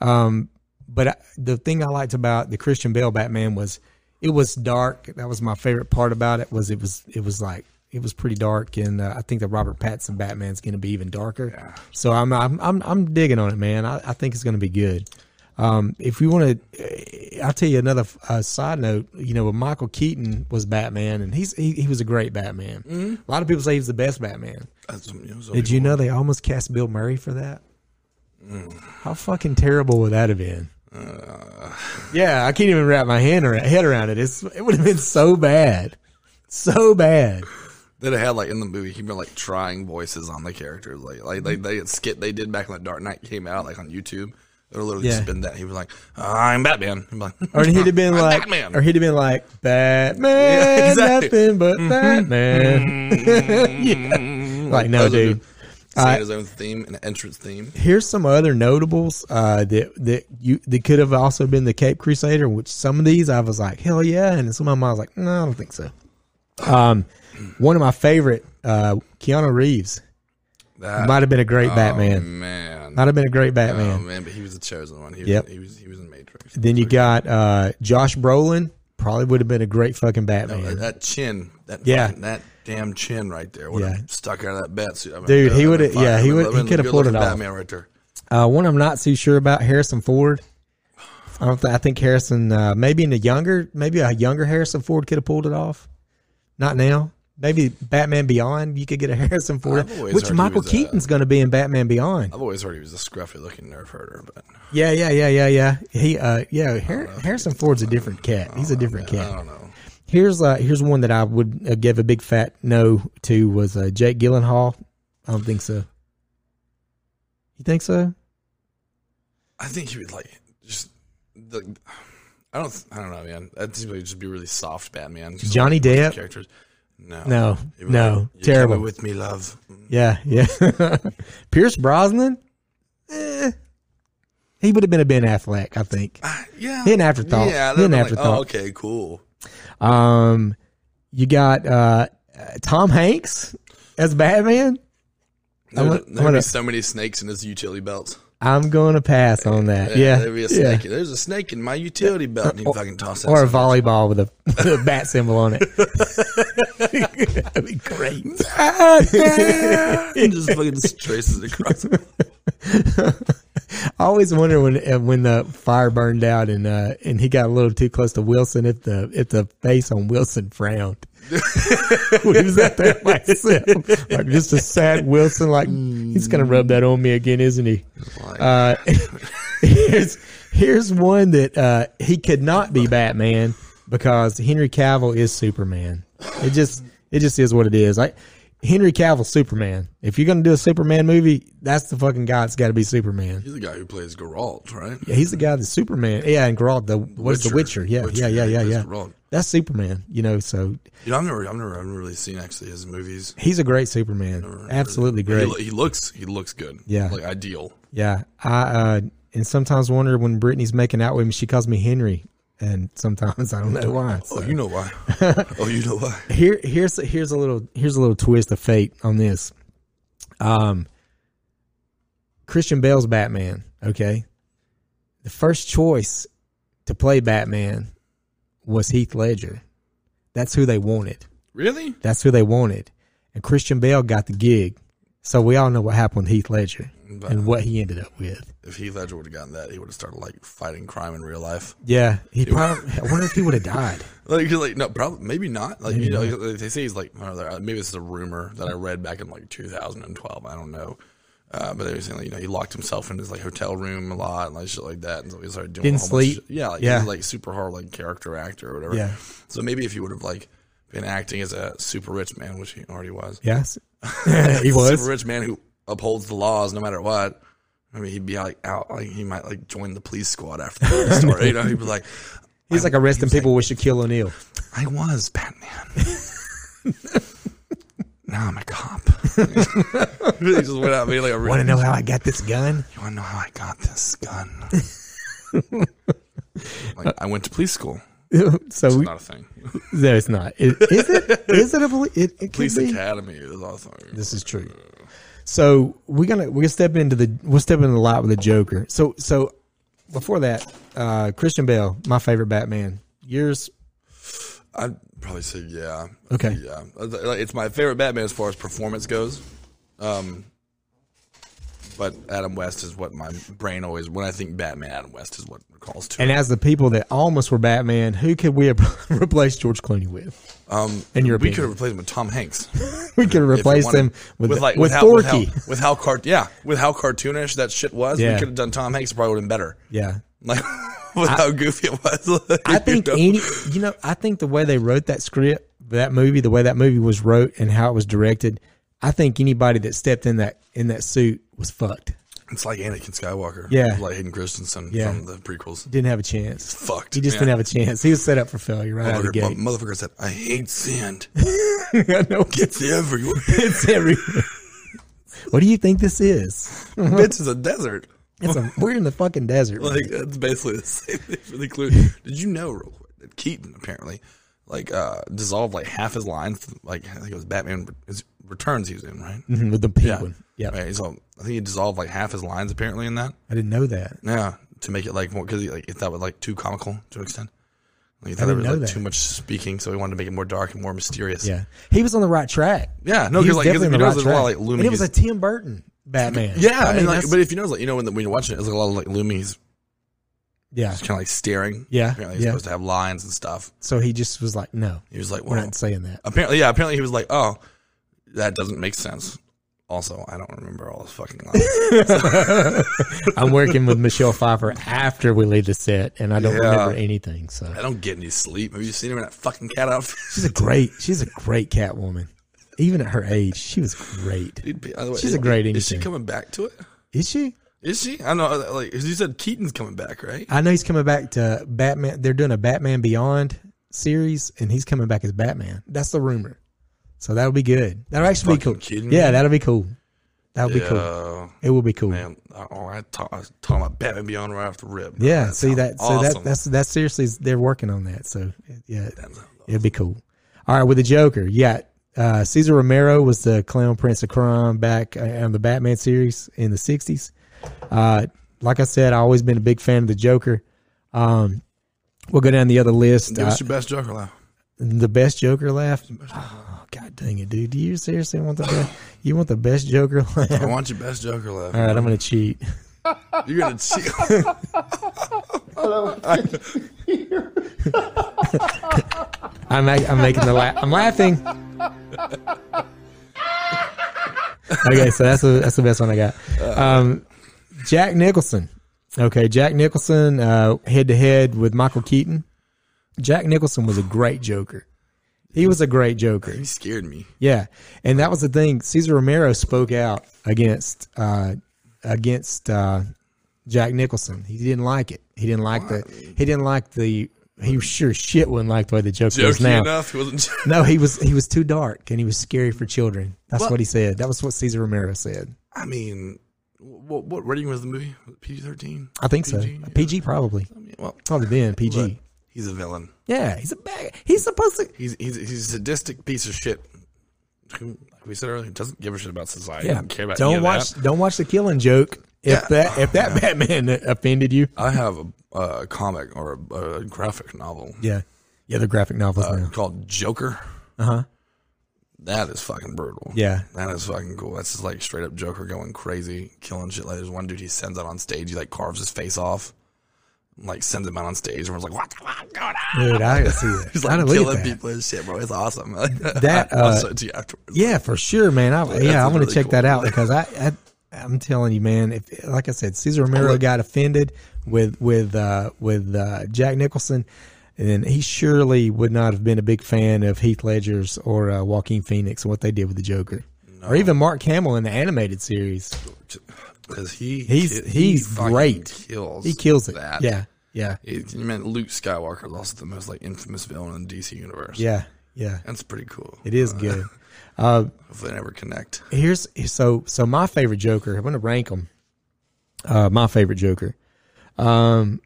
[SPEAKER 1] Um, but I, the thing I liked about the Christian Bale Batman was it was dark. That was my favorite part about it. Was it was it was like it was pretty dark, and uh, I think the Robert Pattinson Batman's going to be even darker. So I'm I'm I'm I'm digging on it, man. I, I think it's going to be good. Um, if we want to, I'll tell you another uh, side note. You know, when Michael Keaton was Batman, and he's he, he was a great Batman. A lot of people say he's the best Batman.
[SPEAKER 3] That's, you know, so
[SPEAKER 1] Did you know they almost cast Bill Murray for that? How fucking terrible would that have been? yeah, I can't even wrap my hand around, head around it. It's, it would have been so bad, so bad.
[SPEAKER 3] that it had like in the movie, he been like trying voices on the characters, like like they they had skit they did back when the Dark Knight came out, like on YouTube. They were literally
[SPEAKER 1] Yeah.
[SPEAKER 3] just been that. He was like, "I'm Batman." I'm like,
[SPEAKER 1] Or he'd have been
[SPEAKER 3] "I'm
[SPEAKER 1] like,
[SPEAKER 3] Batman."
[SPEAKER 1] or he'd have been like Batman,
[SPEAKER 3] Yeah, exactly. Mm-hmm.
[SPEAKER 1] nothing but Batman. Yeah. Like no,
[SPEAKER 3] Those are
[SPEAKER 1] dude.
[SPEAKER 3] good. Singing his own theme, an entrance theme.
[SPEAKER 1] here's some other notables uh, that that you that could have also been the Cape Crusader. Which some of these I was like, hell yeah, and some of them I was like, no, I don't think so. Um, one of my favorite, uh, Keanu Reeves,
[SPEAKER 3] That
[SPEAKER 1] might have been a great
[SPEAKER 3] oh,
[SPEAKER 1] Batman.
[SPEAKER 3] man,
[SPEAKER 1] Might have been a great
[SPEAKER 3] oh
[SPEAKER 1] Batman.
[SPEAKER 3] man, but he was the chosen one. He was,
[SPEAKER 1] Yep.
[SPEAKER 3] he was he was in Matrix.
[SPEAKER 1] then you got uh, Josh Brolin. Probably would have been a great fucking Batman.
[SPEAKER 3] Like, Oh, that chin, that
[SPEAKER 1] Yeah.
[SPEAKER 3] fucking- that damn chin right there, would
[SPEAKER 1] Yeah.
[SPEAKER 3] have stuck out of that bat suit. I mean,
[SPEAKER 1] Dude, he
[SPEAKER 3] that
[SPEAKER 1] would've-
[SPEAKER 3] been fire.
[SPEAKER 1] yeah, he
[SPEAKER 3] That
[SPEAKER 1] would-
[SPEAKER 3] would've
[SPEAKER 1] he
[SPEAKER 3] been
[SPEAKER 1] could've
[SPEAKER 3] good
[SPEAKER 1] pulled it
[SPEAKER 3] looking
[SPEAKER 1] off.
[SPEAKER 3] Batman right there.
[SPEAKER 1] Uh, one I'm not too sure about, Harrison Ford. off. I don't. Th- I think Harrison, uh, maybe in a younger, maybe a younger Harrison Ford could have pulled it off. Not now. Maybe Batman Beyond, you could get a Harrison Ford,
[SPEAKER 3] I've always
[SPEAKER 1] which
[SPEAKER 3] heard he
[SPEAKER 1] Michael
[SPEAKER 3] was a-
[SPEAKER 1] Keaton's going to be in Batman Beyond.
[SPEAKER 3] I've always heard he was a scruffy looking nerf herder, but
[SPEAKER 1] Yeah, yeah, yeah, yeah, yeah. He, uh, yeah, Har- Harrison Ford's a different cat. He's a different
[SPEAKER 3] Oh, I
[SPEAKER 1] cat.
[SPEAKER 3] don't know.
[SPEAKER 1] Here's uh, here's one that I would uh, give a big fat no to was uh, Jake Gyllenhaal. I don't think so. You think so?
[SPEAKER 3] I think he would like just the. I don't. I don't know, man. That seems like just be really soft, Batman. Just
[SPEAKER 1] Johnny
[SPEAKER 3] like a bunch of
[SPEAKER 1] Depp?
[SPEAKER 3] characters. No,
[SPEAKER 1] No,
[SPEAKER 3] He would
[SPEAKER 1] no,
[SPEAKER 3] like, "You came
[SPEAKER 1] terrible.
[SPEAKER 3] in with me, love.
[SPEAKER 1] Yeah, yeah. Pierce Brosnan, eh, he would have been a Ben Affleck, I think.
[SPEAKER 3] Uh, Yeah,
[SPEAKER 1] He an afterthought.
[SPEAKER 3] Yeah,
[SPEAKER 1] He an
[SPEAKER 3] they're like,
[SPEAKER 1] afterthought.
[SPEAKER 3] oh, okay, cool.
[SPEAKER 1] Um, you got uh, Tom Hanks as Batman.
[SPEAKER 3] There
[SPEAKER 1] wa-
[SPEAKER 3] would
[SPEAKER 1] I wanna-
[SPEAKER 3] be so many snakes in his utility belt.
[SPEAKER 1] I'm going to pass on that. Yeah,
[SPEAKER 3] there'd be a
[SPEAKER 1] yeah.
[SPEAKER 3] snake. There's a snake in my utility belt. And he fucking toss that.
[SPEAKER 1] or a
[SPEAKER 3] snake.
[SPEAKER 1] volleyball with a, with a bat symbol on it. That'd be Ah, great.
[SPEAKER 3] and just fucking traces it across.
[SPEAKER 1] I always wonder when uh, when the fire burned out and uh, and he got a little too close to Wilson if the if the face on Wilson frowned. when he was out there by himself, like just a sad Wilson. Like he's gonna rub that on me again, isn't he?
[SPEAKER 3] Like,
[SPEAKER 1] Uh, here's here's one that uh, he could not be Batman because Henry Cavill is Superman. It just it just is what it is. Like Henry Cavill's Superman. If you're gonna do a Superman movie, that's the fucking guy. It's got to be Superman.
[SPEAKER 3] he's the guy who plays Geralt, right?
[SPEAKER 1] Yeah, he's the guy that's Superman. Yeah, and Geralt, the what's the
[SPEAKER 3] Witcher.
[SPEAKER 1] Witcher? Yeah,
[SPEAKER 3] Witcher,
[SPEAKER 1] yeah, yeah, yeah,
[SPEAKER 3] he
[SPEAKER 1] yeah.
[SPEAKER 3] plays Geralt.
[SPEAKER 1] That's Superman. You know, so
[SPEAKER 3] You know, I've never, I've never, I've never really seen actually his movies.
[SPEAKER 1] he's a great Superman. Absolutely
[SPEAKER 3] He,
[SPEAKER 1] great.
[SPEAKER 3] lo- he looks, he looks good.
[SPEAKER 1] Yeah.
[SPEAKER 3] like ideal.
[SPEAKER 1] Yeah, I uh, and sometimes wonder when Brittany's making out with me, she calls me Henry, and sometimes I don't know why.
[SPEAKER 3] Oh,
[SPEAKER 1] So.
[SPEAKER 3] you know why? oh, you know why?
[SPEAKER 1] Here, here's here's a little here's a little twist of fate on this. Um, Christian Bale's Batman. Okay, the first choice to play Batman was Heath Ledger. That's who they wanted.
[SPEAKER 3] Really?
[SPEAKER 1] That's who they wanted. And Christian Bale got the gig. So we all know what happened with Heath Ledger and what he ended up with.
[SPEAKER 3] If Heath Ledger would have gotten that, he would have started like fighting crime in real life.
[SPEAKER 1] Yeah, he probably. I wonder if he would have died.
[SPEAKER 3] Like, you're like no, probably maybe not. Like you know, like, they say he's like I don't know, uh, maybe this is a rumor that I read back in like 2012. I don't know, uh, but they were saying like you know he locked himself in his like hotel room a lot and like shit like that, and so he started doing
[SPEAKER 1] Didn't
[SPEAKER 3] a whole bunch of
[SPEAKER 1] sleep.
[SPEAKER 3] shit. Yeah, like,
[SPEAKER 1] Yeah.
[SPEAKER 3] He's, like super hard like character actor or whatever.
[SPEAKER 1] Yeah.
[SPEAKER 3] So maybe if he would have like been acting as a super rich man, which he already was,
[SPEAKER 1] Yes, he
[SPEAKER 3] super
[SPEAKER 1] was.
[SPEAKER 3] rich man who upholds the laws no matter what. I mean, he'd be like out, like he might like join the police squad after the story. You know, he'd be like,
[SPEAKER 1] He's like arresting people with Shaquille O'Neal.
[SPEAKER 3] I was Batman. now I'm a cop. he just went out being like a real.
[SPEAKER 1] Want to know how I got this gun?
[SPEAKER 3] You want to know how I got this gun? like, I went to police school.
[SPEAKER 1] so we,
[SPEAKER 3] Not a thing.
[SPEAKER 1] no, it's not. It, is it? Is it a poli- it, it could
[SPEAKER 3] Police
[SPEAKER 1] be.
[SPEAKER 3] academy is also.
[SPEAKER 1] This is true. So we're gonna we're gonna step into the we'll step into the lot with the Joker. So so before that, uh, Christian Bale, my favorite Batman. Yours?
[SPEAKER 3] I'd probably say yeah.
[SPEAKER 1] Okay.
[SPEAKER 3] Yeah, Like, it's my favorite Batman as far as performance goes. Um, but Adam West is what my brain always when I think Batman. Adam West is what recalls to.
[SPEAKER 1] And as the people that almost were Batman, who could we have replaced George Clooney with?
[SPEAKER 3] um,
[SPEAKER 1] in your
[SPEAKER 3] we
[SPEAKER 1] opinion.
[SPEAKER 3] could have replaced him with Tom Hanks.
[SPEAKER 1] We could have
[SPEAKER 3] if you
[SPEAKER 1] replaced
[SPEAKER 3] wanted-
[SPEAKER 1] him with with,
[SPEAKER 3] like how, with how
[SPEAKER 1] Forky.
[SPEAKER 3] with how cart yeah with how cartoonish that shit was.
[SPEAKER 1] Yeah.
[SPEAKER 3] We could have done Tom Hanks. it Probably would have been better.
[SPEAKER 1] yeah.
[SPEAKER 3] Like with how goofy it was. Like,
[SPEAKER 1] I think
[SPEAKER 3] you know?
[SPEAKER 1] any you know, I think the way they wrote that script, that movie, the way that movie was wrote and how it was directed, I think anybody that stepped in that in that suit was fucked.
[SPEAKER 3] it's like Anakin Skywalker.
[SPEAKER 1] Yeah.
[SPEAKER 3] like Hayden Christensen
[SPEAKER 1] Yeah.
[SPEAKER 3] from the prequels.
[SPEAKER 1] Didn't have a chance.
[SPEAKER 3] Fucked.
[SPEAKER 1] He just
[SPEAKER 3] man.
[SPEAKER 1] didn't have a chance. He was set up for failure right out of the
[SPEAKER 3] Motherfucker,
[SPEAKER 1] gate.
[SPEAKER 3] motherfucker said, "I hate sand.
[SPEAKER 1] I know
[SPEAKER 3] It's everywhere.
[SPEAKER 1] it's every. what do you think this is?
[SPEAKER 3] Bitch is a desert.
[SPEAKER 1] It's a, we're in the fucking desert. man.
[SPEAKER 3] Like that's basically the same thing for the clue. Did you know real quick that Keaton apparently like uh dissolved like half his lines? Like I think it was Batman his Returns he was in, right?
[SPEAKER 1] Mhm, with the penguin. Yeah,
[SPEAKER 3] Right, so I think he dissolved like half his lines apparently in that.
[SPEAKER 1] I didn't know that.
[SPEAKER 3] Yeah, to make it like more because like, he thought it was like too comical to an extent. Like, he
[SPEAKER 1] didn't
[SPEAKER 3] thought there was
[SPEAKER 1] know
[SPEAKER 3] like,
[SPEAKER 1] that.
[SPEAKER 3] too much speaking, so he wanted to make it more dark and more mysterious.
[SPEAKER 1] Yeah, he was on the right track.
[SPEAKER 3] Yeah, no,
[SPEAKER 1] He was
[SPEAKER 3] 'cause, like, 'cause
[SPEAKER 1] definitely
[SPEAKER 3] if
[SPEAKER 1] on
[SPEAKER 3] you
[SPEAKER 1] the
[SPEAKER 3] notice,
[SPEAKER 1] right
[SPEAKER 3] there's a lot
[SPEAKER 1] track.
[SPEAKER 3] of, like, Looney
[SPEAKER 1] and it was a
[SPEAKER 3] Tunes.
[SPEAKER 1] Tim Burton Batman.
[SPEAKER 3] yeah.
[SPEAKER 1] I mean,
[SPEAKER 3] and, like,
[SPEAKER 1] that's-
[SPEAKER 3] but if you notice, like, you know, when the, when you're watching it, there's like, a lot of like Looney.
[SPEAKER 1] Yeah.
[SPEAKER 3] Just kind of like staring.
[SPEAKER 1] Yeah,
[SPEAKER 3] Apparently, he's
[SPEAKER 1] yeah.
[SPEAKER 3] supposed to have lines and stuff.
[SPEAKER 1] So he just was like, no,
[SPEAKER 3] He was like,
[SPEAKER 1] we're
[SPEAKER 3] well,
[SPEAKER 1] not saying that.
[SPEAKER 3] apparently, yeah, apparently he was like, oh, that doesn't make sense. Also, I don't remember all his fucking lines.
[SPEAKER 1] I'm working with Michelle Pfeiffer after we leave the set, and I don't
[SPEAKER 3] Yeah.
[SPEAKER 1] remember anything. So
[SPEAKER 3] I don't get any sleep. Have you seen him in that fucking cat outfit?
[SPEAKER 1] she's a great, she's a great cat woman. Even at her age, she was great.
[SPEAKER 3] He'd be- by the way,
[SPEAKER 1] She's a great
[SPEAKER 3] Is she
[SPEAKER 1] anything.
[SPEAKER 3] coming back to it?
[SPEAKER 1] Is she?
[SPEAKER 3] Is she? I know. uh, Like you said, Keaton's coming back, right?
[SPEAKER 1] I know he's coming back to Batman. They're doing a Batman Beyond series, and he's coming back as Batman. That's the rumor. So that'll be good. That'll actually be
[SPEAKER 3] fucking
[SPEAKER 1] cool.
[SPEAKER 3] kidding me?
[SPEAKER 1] Yeah, that'll be cool. That'll be cool.
[SPEAKER 3] Yeah.
[SPEAKER 1] It will be cool.
[SPEAKER 3] Uh, Man, I- oh, I talk, I was talking about Batman Beyond right off the rip.
[SPEAKER 1] Yeah, see
[SPEAKER 3] sounds
[SPEAKER 1] that. So
[SPEAKER 3] awesome.
[SPEAKER 1] that that's that's seriously they're working on that. So yeah,
[SPEAKER 3] That's-
[SPEAKER 1] it'd be cool. All right, with the Joker, yeah. Uh, Cesar Romero was the Clown Prince of Crime back uh, on the Batman series in the '60s. Uh, like I said, I've always been a big fan of the Joker. Um, we'll go down the other list.
[SPEAKER 3] Give
[SPEAKER 1] Uh,
[SPEAKER 3] us your best Joker laugh.
[SPEAKER 1] the best Joker laugh. Oh, God dang it, dude! Do you seriously want the best? You want the best Joker laugh?
[SPEAKER 3] I want your best Joker laugh.
[SPEAKER 1] All right, I'm gonna cheat.
[SPEAKER 3] You're gonna oh, cheat.
[SPEAKER 2] Hello, it's good to be here.
[SPEAKER 1] I'm act- I'm making the laugh. I'm laughing. okay, so that's the that's the best one I got. Um, Jack Nicholson. Okay, Jack Nicholson head to head with Michael Keaton. Jack Nicholson was a great Joker. He was a great Joker.
[SPEAKER 3] he scared me.
[SPEAKER 1] Yeah, and that was the thing. Cesar Romero spoke out against uh, against uh, Jack Nicholson. He didn't like it. He didn't like the. He didn't like the. He sure shit wouldn't like the way the Joker is
[SPEAKER 3] Jokey
[SPEAKER 1] now.
[SPEAKER 3] enough, he wasn't.
[SPEAKER 1] No, he was he was too dark and he was scary for children. That's
[SPEAKER 3] Well-
[SPEAKER 1] what he said. That was what Cesar Romero said.
[SPEAKER 3] I mean, what, what rating was the movie? PG thirteen.
[SPEAKER 1] I think
[SPEAKER 3] PG,
[SPEAKER 1] so. PG probably.
[SPEAKER 3] I mean, well,
[SPEAKER 1] Probably been PG.
[SPEAKER 3] but he's a villain.
[SPEAKER 1] yeah, he's a bag. He's supposed to.
[SPEAKER 3] He's he's he's a sadistic piece of shit. Who, like we said earlier, doesn't give a shit about society.
[SPEAKER 1] Yeah,
[SPEAKER 3] Doesn't care about any
[SPEAKER 1] don't
[SPEAKER 3] of
[SPEAKER 1] watch.
[SPEAKER 3] that.
[SPEAKER 1] Don't watch the Killing Joke. If
[SPEAKER 3] Yeah.
[SPEAKER 1] that if that Batman offended you,
[SPEAKER 3] I have a, a comic or a, a graphic novel
[SPEAKER 1] yeah, yeah, the graphic novels
[SPEAKER 3] uh,
[SPEAKER 1] now.
[SPEAKER 3] called Joker.
[SPEAKER 1] Uh huh.
[SPEAKER 3] That is fucking brutal.
[SPEAKER 1] Yeah.
[SPEAKER 3] That is fucking cool. That's just like straight up Joker going crazy, killing shit. Like there's one dude he sends out on stage, he like carves his face off, and, like sends him out on stage. Everyone's like, "What the fuck going on?"
[SPEAKER 1] Dude, I gotta see that.
[SPEAKER 3] He's
[SPEAKER 1] I
[SPEAKER 3] like
[SPEAKER 1] gotta look at
[SPEAKER 3] killing
[SPEAKER 1] that.
[SPEAKER 3] people and shit, bro. It's awesome.
[SPEAKER 1] That,
[SPEAKER 3] I watched
[SPEAKER 1] uh,
[SPEAKER 3] that too afterwards.
[SPEAKER 1] Yeah, for sure, man. I,
[SPEAKER 3] that's
[SPEAKER 1] yeah, I want to
[SPEAKER 3] really
[SPEAKER 1] check
[SPEAKER 3] cool.
[SPEAKER 1] that out because I, I, I'm telling you, man. If like I said, Cesar Romero got offended with with uh, with uh, Jack Nicholson, and he surely would not have been a big fan of Heath Ledger's or uh, Joaquin Phoenix and what they did with the Joker, or even Mark Hamill in the animated series.
[SPEAKER 3] because he
[SPEAKER 1] He's
[SPEAKER 3] he
[SPEAKER 1] he's
[SPEAKER 3] fucking
[SPEAKER 1] great.
[SPEAKER 3] Kills.
[SPEAKER 1] He kills it.
[SPEAKER 3] That.
[SPEAKER 1] Yeah, yeah,
[SPEAKER 3] It, you mean Luke Skywalker is also the most like infamous villain in the DC universe.
[SPEAKER 1] yeah, yeah.
[SPEAKER 3] That's pretty cool.
[SPEAKER 1] It is good.
[SPEAKER 3] If they never connect,
[SPEAKER 1] here's so so my favorite Joker. I'm gonna rank them. Uh, my favorite Joker. Um,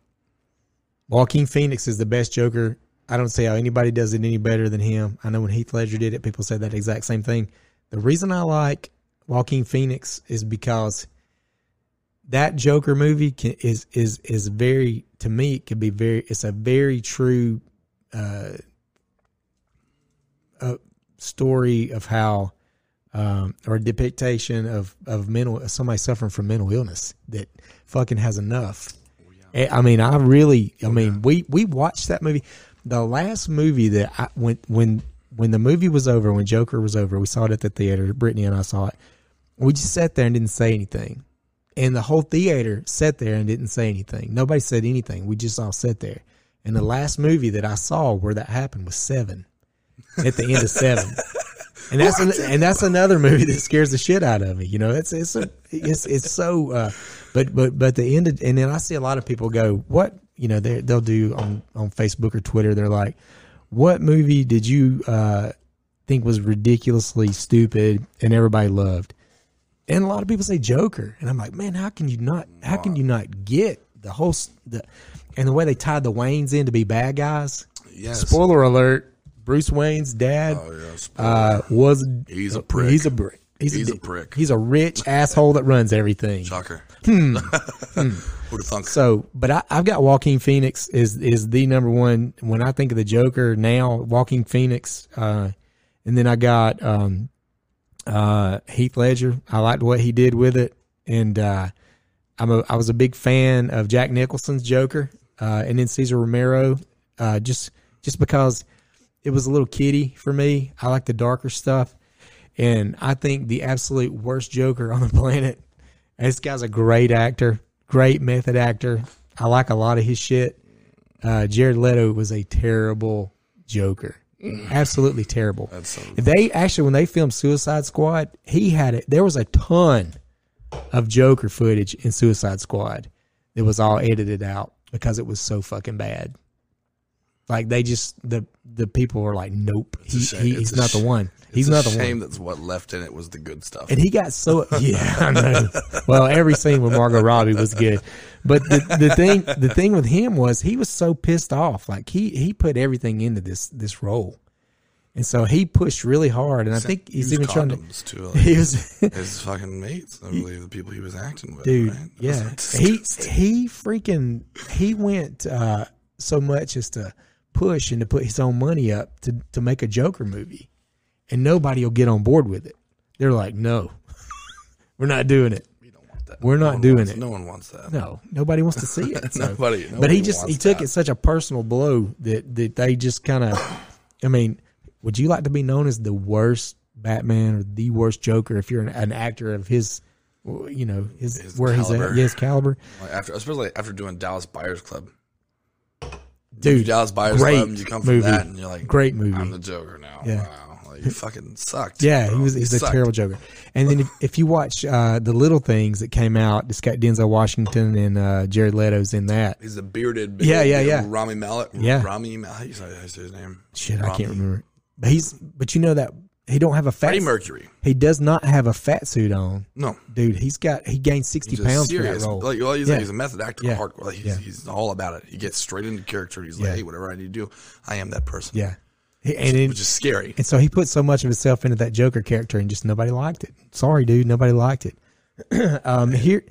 [SPEAKER 1] Joaquin Phoenix is the best Joker. I don't see how anybody does it any better than him. I know when Heath Ledger did it, people said that exact same thing. The reason I like Joaquin Phoenix is because that Joker movie can, is is is very to me it could be very it's a very true uh, uh story of how um, or depiction of of mental somebody suffering from mental illness that fucking has enough. Eh, I mean, I really, I mean, we we watched that movie. The last movie that I when when when the movie was over, when Joker was over, we saw it at the theater. Brittany and I saw it. We just sat there and didn't say anything, and the whole theater sat there and didn't say anything. Nobody said anything. We just all sat there. And the last movie that I saw where that happened was Seven. At the end of Seven. And that's an, and that's another movie that scares the shit out of me. You know, it's it's a, it's it's so. Uh, but but but the end of, and then I see a lot of people go, what you know they they'll do on on Facebook or Twitter. They're like, what movie did you uh, think was ridiculously stupid and everybody loved? And a lot of people say Joker, and I'm like, man, how can you not? How can you not get the whole s- the and the way they tied the Waynes in to be bad guys?
[SPEAKER 3] yes.
[SPEAKER 1] Spoiler alert: Bruce Wayne's dad
[SPEAKER 3] Oh, yeah, spoiler.
[SPEAKER 1] uh, was
[SPEAKER 3] He's a prick.
[SPEAKER 1] He's a brick. He's,
[SPEAKER 3] He's
[SPEAKER 1] a,
[SPEAKER 3] a
[SPEAKER 1] di-
[SPEAKER 3] prick.
[SPEAKER 1] He's a rich asshole that runs everything.
[SPEAKER 3] Shocker. Who'd have thunk?
[SPEAKER 1] Hmm. So, but I, I've got Joaquin Phoenix is is the number one when I think of the Joker now. Joaquin Phoenix, uh, and then I got um, uh, Heath Ledger. I liked what he did with it, and uh, I'm a I was a big fan of Jack Nicholson's Joker. uh, and then Cesar Romero, uh, just just because it was a little kiddie for me. I like the darker stuff, and I think the absolute worst Joker on the planet. and This guy's a great actor, great method actor. I like a lot of his shit. Uh, Jared Leto was a terrible Joker, absolutely terrible.
[SPEAKER 3] Absolutely.
[SPEAKER 1] They actually, when they filmed Suicide Squad, he had it. There was a ton of Joker footage in Suicide Squad that was all edited out because it was so fucking bad. Like they just the the people were like, nope, he,
[SPEAKER 3] It's a shame.
[SPEAKER 1] he,
[SPEAKER 3] It's
[SPEAKER 1] he's
[SPEAKER 3] a
[SPEAKER 1] not the
[SPEAKER 3] sh-
[SPEAKER 1] one. He's
[SPEAKER 3] it's
[SPEAKER 1] not
[SPEAKER 3] a
[SPEAKER 1] the
[SPEAKER 3] shame
[SPEAKER 1] one.
[SPEAKER 3] that's what left in it was the good stuff.
[SPEAKER 1] And he got so yeah, I know. Well, every scene with Margot Robbie was good, but the, the thing the thing with him was he was so pissed off. Like he he put everything into this this role, and so he pushed really hard. And I think he's
[SPEAKER 3] Used
[SPEAKER 1] even trying to
[SPEAKER 3] condoms too, like,
[SPEAKER 1] he was
[SPEAKER 3] his fucking mates. I believe the people he was acting with.
[SPEAKER 1] dude
[SPEAKER 3] right? That was
[SPEAKER 1] yeah he
[SPEAKER 3] disgusting.
[SPEAKER 1] he freaking he went uh so much as to push and to put his own money up to to make a joker movie and nobody will get on board with it they're like no we're not doing it
[SPEAKER 3] we don't want that.
[SPEAKER 1] we're
[SPEAKER 3] No
[SPEAKER 1] not
[SPEAKER 3] one
[SPEAKER 1] doing
[SPEAKER 3] wants-
[SPEAKER 1] it.
[SPEAKER 3] No one wants that.
[SPEAKER 1] no nobody wants to see it so.
[SPEAKER 3] Nobody-
[SPEAKER 1] but
[SPEAKER 3] nobody
[SPEAKER 1] he just he
[SPEAKER 3] wants
[SPEAKER 1] took
[SPEAKER 3] that.
[SPEAKER 1] it such a personal blow that that they just kind of i mean would you like to be known as the worst batman or the worst joker if you're an, an actor of his you know his,
[SPEAKER 3] His
[SPEAKER 1] where he's
[SPEAKER 3] caliber.
[SPEAKER 1] at yeah, his caliber
[SPEAKER 3] Like after, especially after doing Dallas Buyers Club,
[SPEAKER 1] dude
[SPEAKER 3] Dallas Buyers
[SPEAKER 1] great
[SPEAKER 3] Club, and you come from
[SPEAKER 1] movie.
[SPEAKER 3] that, and you're like,
[SPEAKER 1] Great movie.
[SPEAKER 3] I'm the Joker now.
[SPEAKER 1] Yeah.
[SPEAKER 3] Wow, like you fucking sucked.
[SPEAKER 1] Yeah,
[SPEAKER 3] bro.
[SPEAKER 1] he was.
[SPEAKER 3] You
[SPEAKER 1] He's a
[SPEAKER 3] Oh, sucked.
[SPEAKER 1] terrible Joker. And then if, if you watch uh, the little things that came out, it's got Denzel Washington and uh, Jared Leto's in that.
[SPEAKER 3] He's a bearded. big
[SPEAKER 1] Yeah,
[SPEAKER 3] old
[SPEAKER 1] yeah,
[SPEAKER 3] dude,
[SPEAKER 1] yeah.
[SPEAKER 3] Rami Malek.
[SPEAKER 1] Yeah.
[SPEAKER 3] Rami Malek. How do you say his name?
[SPEAKER 1] Shit, I
[SPEAKER 3] Rami.
[SPEAKER 1] can't remember. But he's. But you know that he don't have a fat.
[SPEAKER 3] Freddie Mercury.
[SPEAKER 1] He does not have a fat suit on,
[SPEAKER 3] No,
[SPEAKER 1] dude. He's got. He gained sixty
[SPEAKER 3] he's a
[SPEAKER 1] pounds for that
[SPEAKER 3] serious.
[SPEAKER 1] role.
[SPEAKER 3] Like, well, he's,
[SPEAKER 1] Yeah.
[SPEAKER 3] he's a method actor,
[SPEAKER 1] Yeah.
[SPEAKER 3] hardcore. Like, he's,
[SPEAKER 1] Yeah.
[SPEAKER 3] he's all about it. He gets straight into character. He's like,
[SPEAKER 1] Yeah.
[SPEAKER 3] hey, whatever I need to do, I am that person.
[SPEAKER 1] yeah, He- and it,
[SPEAKER 3] which is scary.
[SPEAKER 1] and so he put so much of himself into that Joker character, and just nobody liked it. Sorry, dude, nobody liked it. um, here,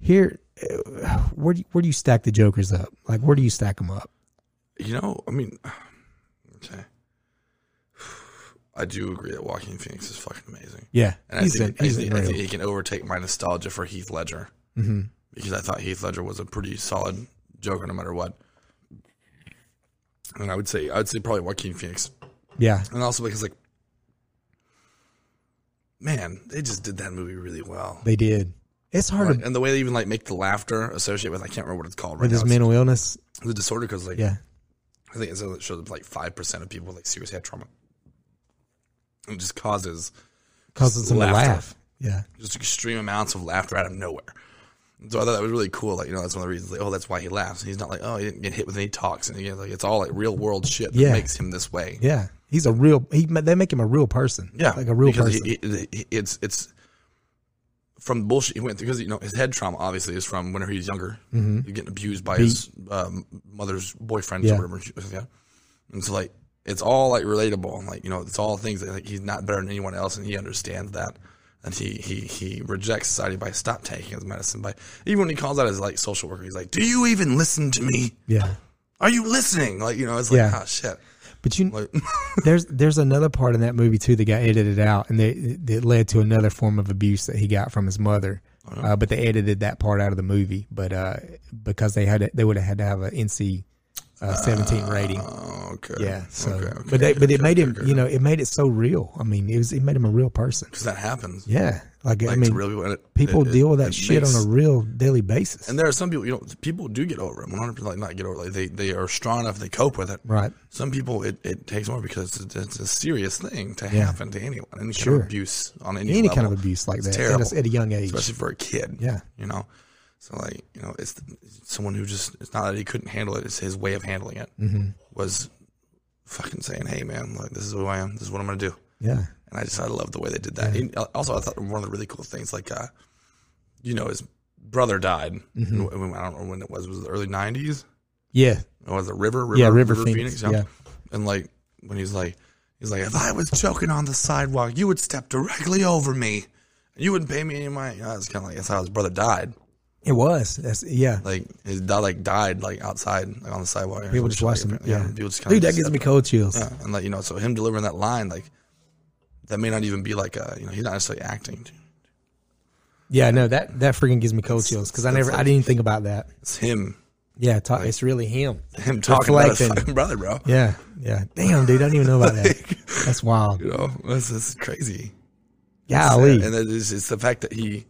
[SPEAKER 1] here, uh, where do you, where do you stack the Jokers up? Like, where do you stack them up?
[SPEAKER 3] You know, I mean, okay. I do agree that Walking Phoenix is fucking amazing.
[SPEAKER 1] Yeah,
[SPEAKER 3] And
[SPEAKER 1] he's
[SPEAKER 3] I think,
[SPEAKER 1] in- he's
[SPEAKER 3] I, think, I
[SPEAKER 1] unreal.
[SPEAKER 3] think he can overtake my nostalgia for Heath Ledger
[SPEAKER 1] Mm-hmm.
[SPEAKER 3] because I thought Heath Ledger was a pretty solid Joker no matter what. And I would say I would say probably Joaquin Phoenix,
[SPEAKER 1] Yeah,
[SPEAKER 3] and also because like, man, they just did that movie really well.
[SPEAKER 1] They did. It's hard
[SPEAKER 3] Like,
[SPEAKER 1] to,
[SPEAKER 3] and the way they even like make the laughter associate with I can't remember what it's called right
[SPEAKER 1] with
[SPEAKER 3] now.
[SPEAKER 1] his mental illness.
[SPEAKER 3] It's the disorder because like
[SPEAKER 1] Yeah,
[SPEAKER 3] I think it says it shows like five percent of people with like serious head trauma. It just causes
[SPEAKER 1] causes him to
[SPEAKER 3] Laughter.
[SPEAKER 1] laugh. Yeah,
[SPEAKER 3] just extreme amounts of laughter out of nowhere. So I thought that was really cool. Like you know, that's one of the reasons. Like, oh, that's why he laughs. he's not like, oh, he didn't get hit with any talks. And again, like it's all like real world shit that
[SPEAKER 1] Yeah.
[SPEAKER 3] makes him this way.
[SPEAKER 1] yeah. He's a real. He they make him a real person.
[SPEAKER 3] Yeah,
[SPEAKER 1] like a real
[SPEAKER 3] because
[SPEAKER 1] person.
[SPEAKER 3] he- he- he- it's it's from bullshit he went through because you know his head trauma obviously is from whenever he was younger, getting abused by his um, mother's boyfriend
[SPEAKER 1] Mm-hmm. Yeah.
[SPEAKER 3] or whatever. she- Yeah, and so like it's all like relatable. Like you know, it's all things that like, he's not better than anyone else, and he understands that. And he, he he rejects society by stop taking his medicine. By even when he calls out his like social worker, he's like, "Do you even listen to me?
[SPEAKER 1] yeah,
[SPEAKER 3] Are you listening?" Like you know, it's like,
[SPEAKER 1] Yeah.
[SPEAKER 3] oh shit.
[SPEAKER 1] but you
[SPEAKER 3] Like,
[SPEAKER 1] there's there's another part in that movie too that got edited out, and that that led to another form of abuse that he got from his mother.
[SPEAKER 3] Oh,
[SPEAKER 1] Uh, but they edited that part out of the movie, but uh, because they had they would have had to have an NC uh, seventeen rating.
[SPEAKER 3] oh, okay.
[SPEAKER 1] Yeah, so
[SPEAKER 3] Okay, okay,
[SPEAKER 1] but they, but
[SPEAKER 3] okay,
[SPEAKER 1] it made
[SPEAKER 3] okay,
[SPEAKER 1] him
[SPEAKER 3] okay.
[SPEAKER 1] you know it made it so real. I mean it was it made him a real person.
[SPEAKER 3] because that happens.
[SPEAKER 1] Yeah, like, I
[SPEAKER 3] Like,
[SPEAKER 1] mean
[SPEAKER 3] to real people. and it-
[SPEAKER 1] people
[SPEAKER 3] it-
[SPEAKER 1] deal with
[SPEAKER 3] it-
[SPEAKER 1] that
[SPEAKER 3] it
[SPEAKER 1] shit
[SPEAKER 3] makes-
[SPEAKER 1] on a real daily basis.
[SPEAKER 3] And there are some people, you know, people do get over it. One hundred percent, like not get over. It. Like they, they are strong enough. They cope with it.
[SPEAKER 1] Right.
[SPEAKER 3] Some people, it, it takes more because it's, it's a serious thing to happen to anyone. Any kind
[SPEAKER 1] Sure.
[SPEAKER 3] of abuse on any
[SPEAKER 1] any kind of
[SPEAKER 3] level,
[SPEAKER 1] abuse like
[SPEAKER 3] It's
[SPEAKER 1] that at
[SPEAKER 3] terrible.
[SPEAKER 1] a- at a young age.
[SPEAKER 3] especially for a kid.
[SPEAKER 1] Yeah.
[SPEAKER 3] You know, so like you know, it's someone who just it's not that he couldn't handle it. It's his way of handling it
[SPEAKER 1] Mm-hmm.
[SPEAKER 3] was fucking saying, "Hey man, look, this is who I am. This is what I'm gonna do."
[SPEAKER 1] Yeah,
[SPEAKER 3] and I just I love the way they did that. And also, I thought one of the really cool things, like, uh, you know, his brother died.
[SPEAKER 1] Mm-hmm.
[SPEAKER 3] And when- I don't know when it was. Was it the early '90s?
[SPEAKER 1] yeah,
[SPEAKER 3] Or was it River? River
[SPEAKER 1] Yeah, River Phoenix,
[SPEAKER 3] And like when he's like, he's like, if I was choking on the sidewalk, you would step directly over me. and You wouldn't pay me any money. I was kind of like that's how his brother died.
[SPEAKER 1] it was. That's yeah.
[SPEAKER 3] Like his dad like died like outside like on the sidewalk. or
[SPEAKER 1] people just
[SPEAKER 3] something.
[SPEAKER 1] watched them.
[SPEAKER 3] Yeah,
[SPEAKER 1] Yeah,
[SPEAKER 3] people just kinda
[SPEAKER 1] dude, that
[SPEAKER 3] just
[SPEAKER 1] gives me cold chills.
[SPEAKER 3] yeah, and like you know, so him delivering that line, like that may not even be like a you know, he's not necessarily acting.
[SPEAKER 1] Yeah, no, that that freaking gives me cold chills because I never, I didn't think about that.
[SPEAKER 3] It's him
[SPEAKER 1] Yeah, ta- it's really him.
[SPEAKER 3] Him talking about his
[SPEAKER 1] Reflecting.
[SPEAKER 3] fucking brother, bro.
[SPEAKER 1] Yeah, yeah. Damn, dude, I didn't even know about that. That's wild.
[SPEAKER 3] You know, that's, that's crazy.
[SPEAKER 1] Golly,
[SPEAKER 3] And that is, it's the fact that he,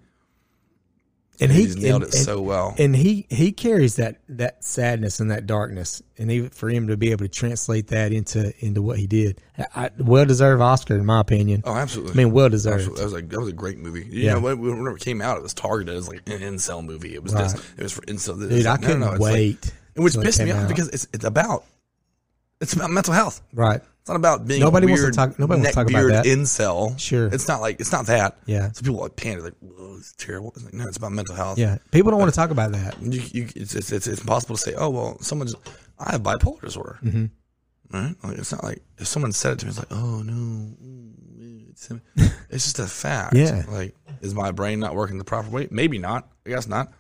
[SPEAKER 1] and
[SPEAKER 3] he,
[SPEAKER 1] he
[SPEAKER 3] just nailed
[SPEAKER 1] and-
[SPEAKER 3] it
[SPEAKER 1] and-
[SPEAKER 3] so well.
[SPEAKER 1] and he he carries that that sadness and that darkness, and even for him to be able to translate that into into what he did, I, I, well deserved Oscar in my opinion.
[SPEAKER 3] oh, absolutely.
[SPEAKER 1] I mean, well deserved.
[SPEAKER 3] Absolutely. That was like that was a great movie. You
[SPEAKER 1] Yeah.
[SPEAKER 3] know, when, when it came out, it was targeted as like an incel movie. It was
[SPEAKER 1] Right.
[SPEAKER 3] just it was for incel. It was
[SPEAKER 1] Dude, I
[SPEAKER 3] like, no, no,
[SPEAKER 1] couldn't
[SPEAKER 3] no, it's like-
[SPEAKER 1] wait.
[SPEAKER 3] and which
[SPEAKER 1] till it
[SPEAKER 3] pissed me
[SPEAKER 1] came
[SPEAKER 3] off
[SPEAKER 1] out.
[SPEAKER 3] because it's it's about it's about mental health.
[SPEAKER 1] right,
[SPEAKER 3] It's not about being
[SPEAKER 1] Nobody
[SPEAKER 3] a
[SPEAKER 1] wants to
[SPEAKER 3] weird,
[SPEAKER 1] talk- nobody wants to talk about
[SPEAKER 3] neckbeard
[SPEAKER 1] that.
[SPEAKER 3] Incel.
[SPEAKER 1] Sure.
[SPEAKER 3] It's not like it's not that.
[SPEAKER 1] Yeah.
[SPEAKER 3] So people are like panic like, "Whoa, it's terrible." It's like, no, it's about mental health.
[SPEAKER 1] yeah. People don't want to talk about that.
[SPEAKER 3] You, you, it's, it's, it's it's impossible to say. Oh well, someone's. I have bipolar disorder. Mm-hmm. Right. Like, it's not like if someone said it to me, it's like, oh no. mm, It's it's just a fact.
[SPEAKER 1] Yeah.
[SPEAKER 3] Like, is my brain not working the proper way? Maybe not. I guess not.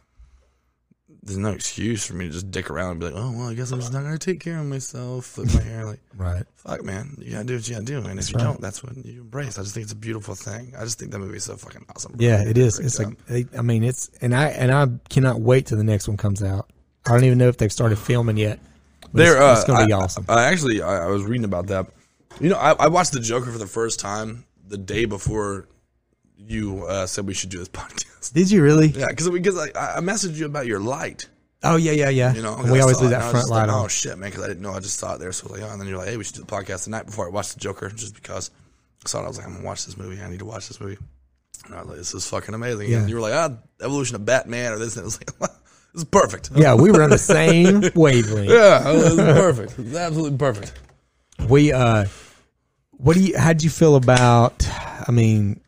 [SPEAKER 3] There's no excuse for me to just dick around and be like, oh well, I guess I'm just not gonna take care of myself. Flip my hair like
[SPEAKER 1] Right.
[SPEAKER 3] fuck, man. You gotta do what you gotta do, and if you don't, that's what you embrace. I just think it's a beautiful thing. I just think that movie is so fucking awesome. bro.
[SPEAKER 1] Yeah, it is.
[SPEAKER 3] Great
[SPEAKER 1] It's
[SPEAKER 3] job.
[SPEAKER 1] like they, I mean, it's and I and I cannot wait till the next one comes out. I don't even know if they've started filming yet. but
[SPEAKER 3] They're,
[SPEAKER 1] it's,
[SPEAKER 3] uh,
[SPEAKER 1] it's gonna be
[SPEAKER 3] I-
[SPEAKER 1] awesome.
[SPEAKER 3] I, actually, I, I was reading about that. You know, I, I watched the Joker for the first time the day before you uh, said we should do this podcast.
[SPEAKER 1] Did you really?
[SPEAKER 3] Yeah, because because I, I messaged you about your light.
[SPEAKER 1] Oh yeah, yeah, yeah.
[SPEAKER 3] You know,
[SPEAKER 1] and we always leave
[SPEAKER 3] do
[SPEAKER 1] that front light
[SPEAKER 3] like, Oh
[SPEAKER 1] on.
[SPEAKER 3] shit, man! Because I didn't know. I just saw it there, so I was like, oh, and then you're like, hey, we should do the podcast the night before I watched the Joker, just because I saw it. I was like, I'm gonna watch this movie. I need to watch this movie. And I was like, this is fucking amazing.
[SPEAKER 1] Yeah.
[SPEAKER 3] And you were like, ah, evolution of Batman or this, and it was like, this is perfect.
[SPEAKER 1] Yeah, we were on the same wavelength.
[SPEAKER 3] yeah, this is perfect. It's absolutely perfect.
[SPEAKER 1] We uh, what do you? How'd you feel about? I mean,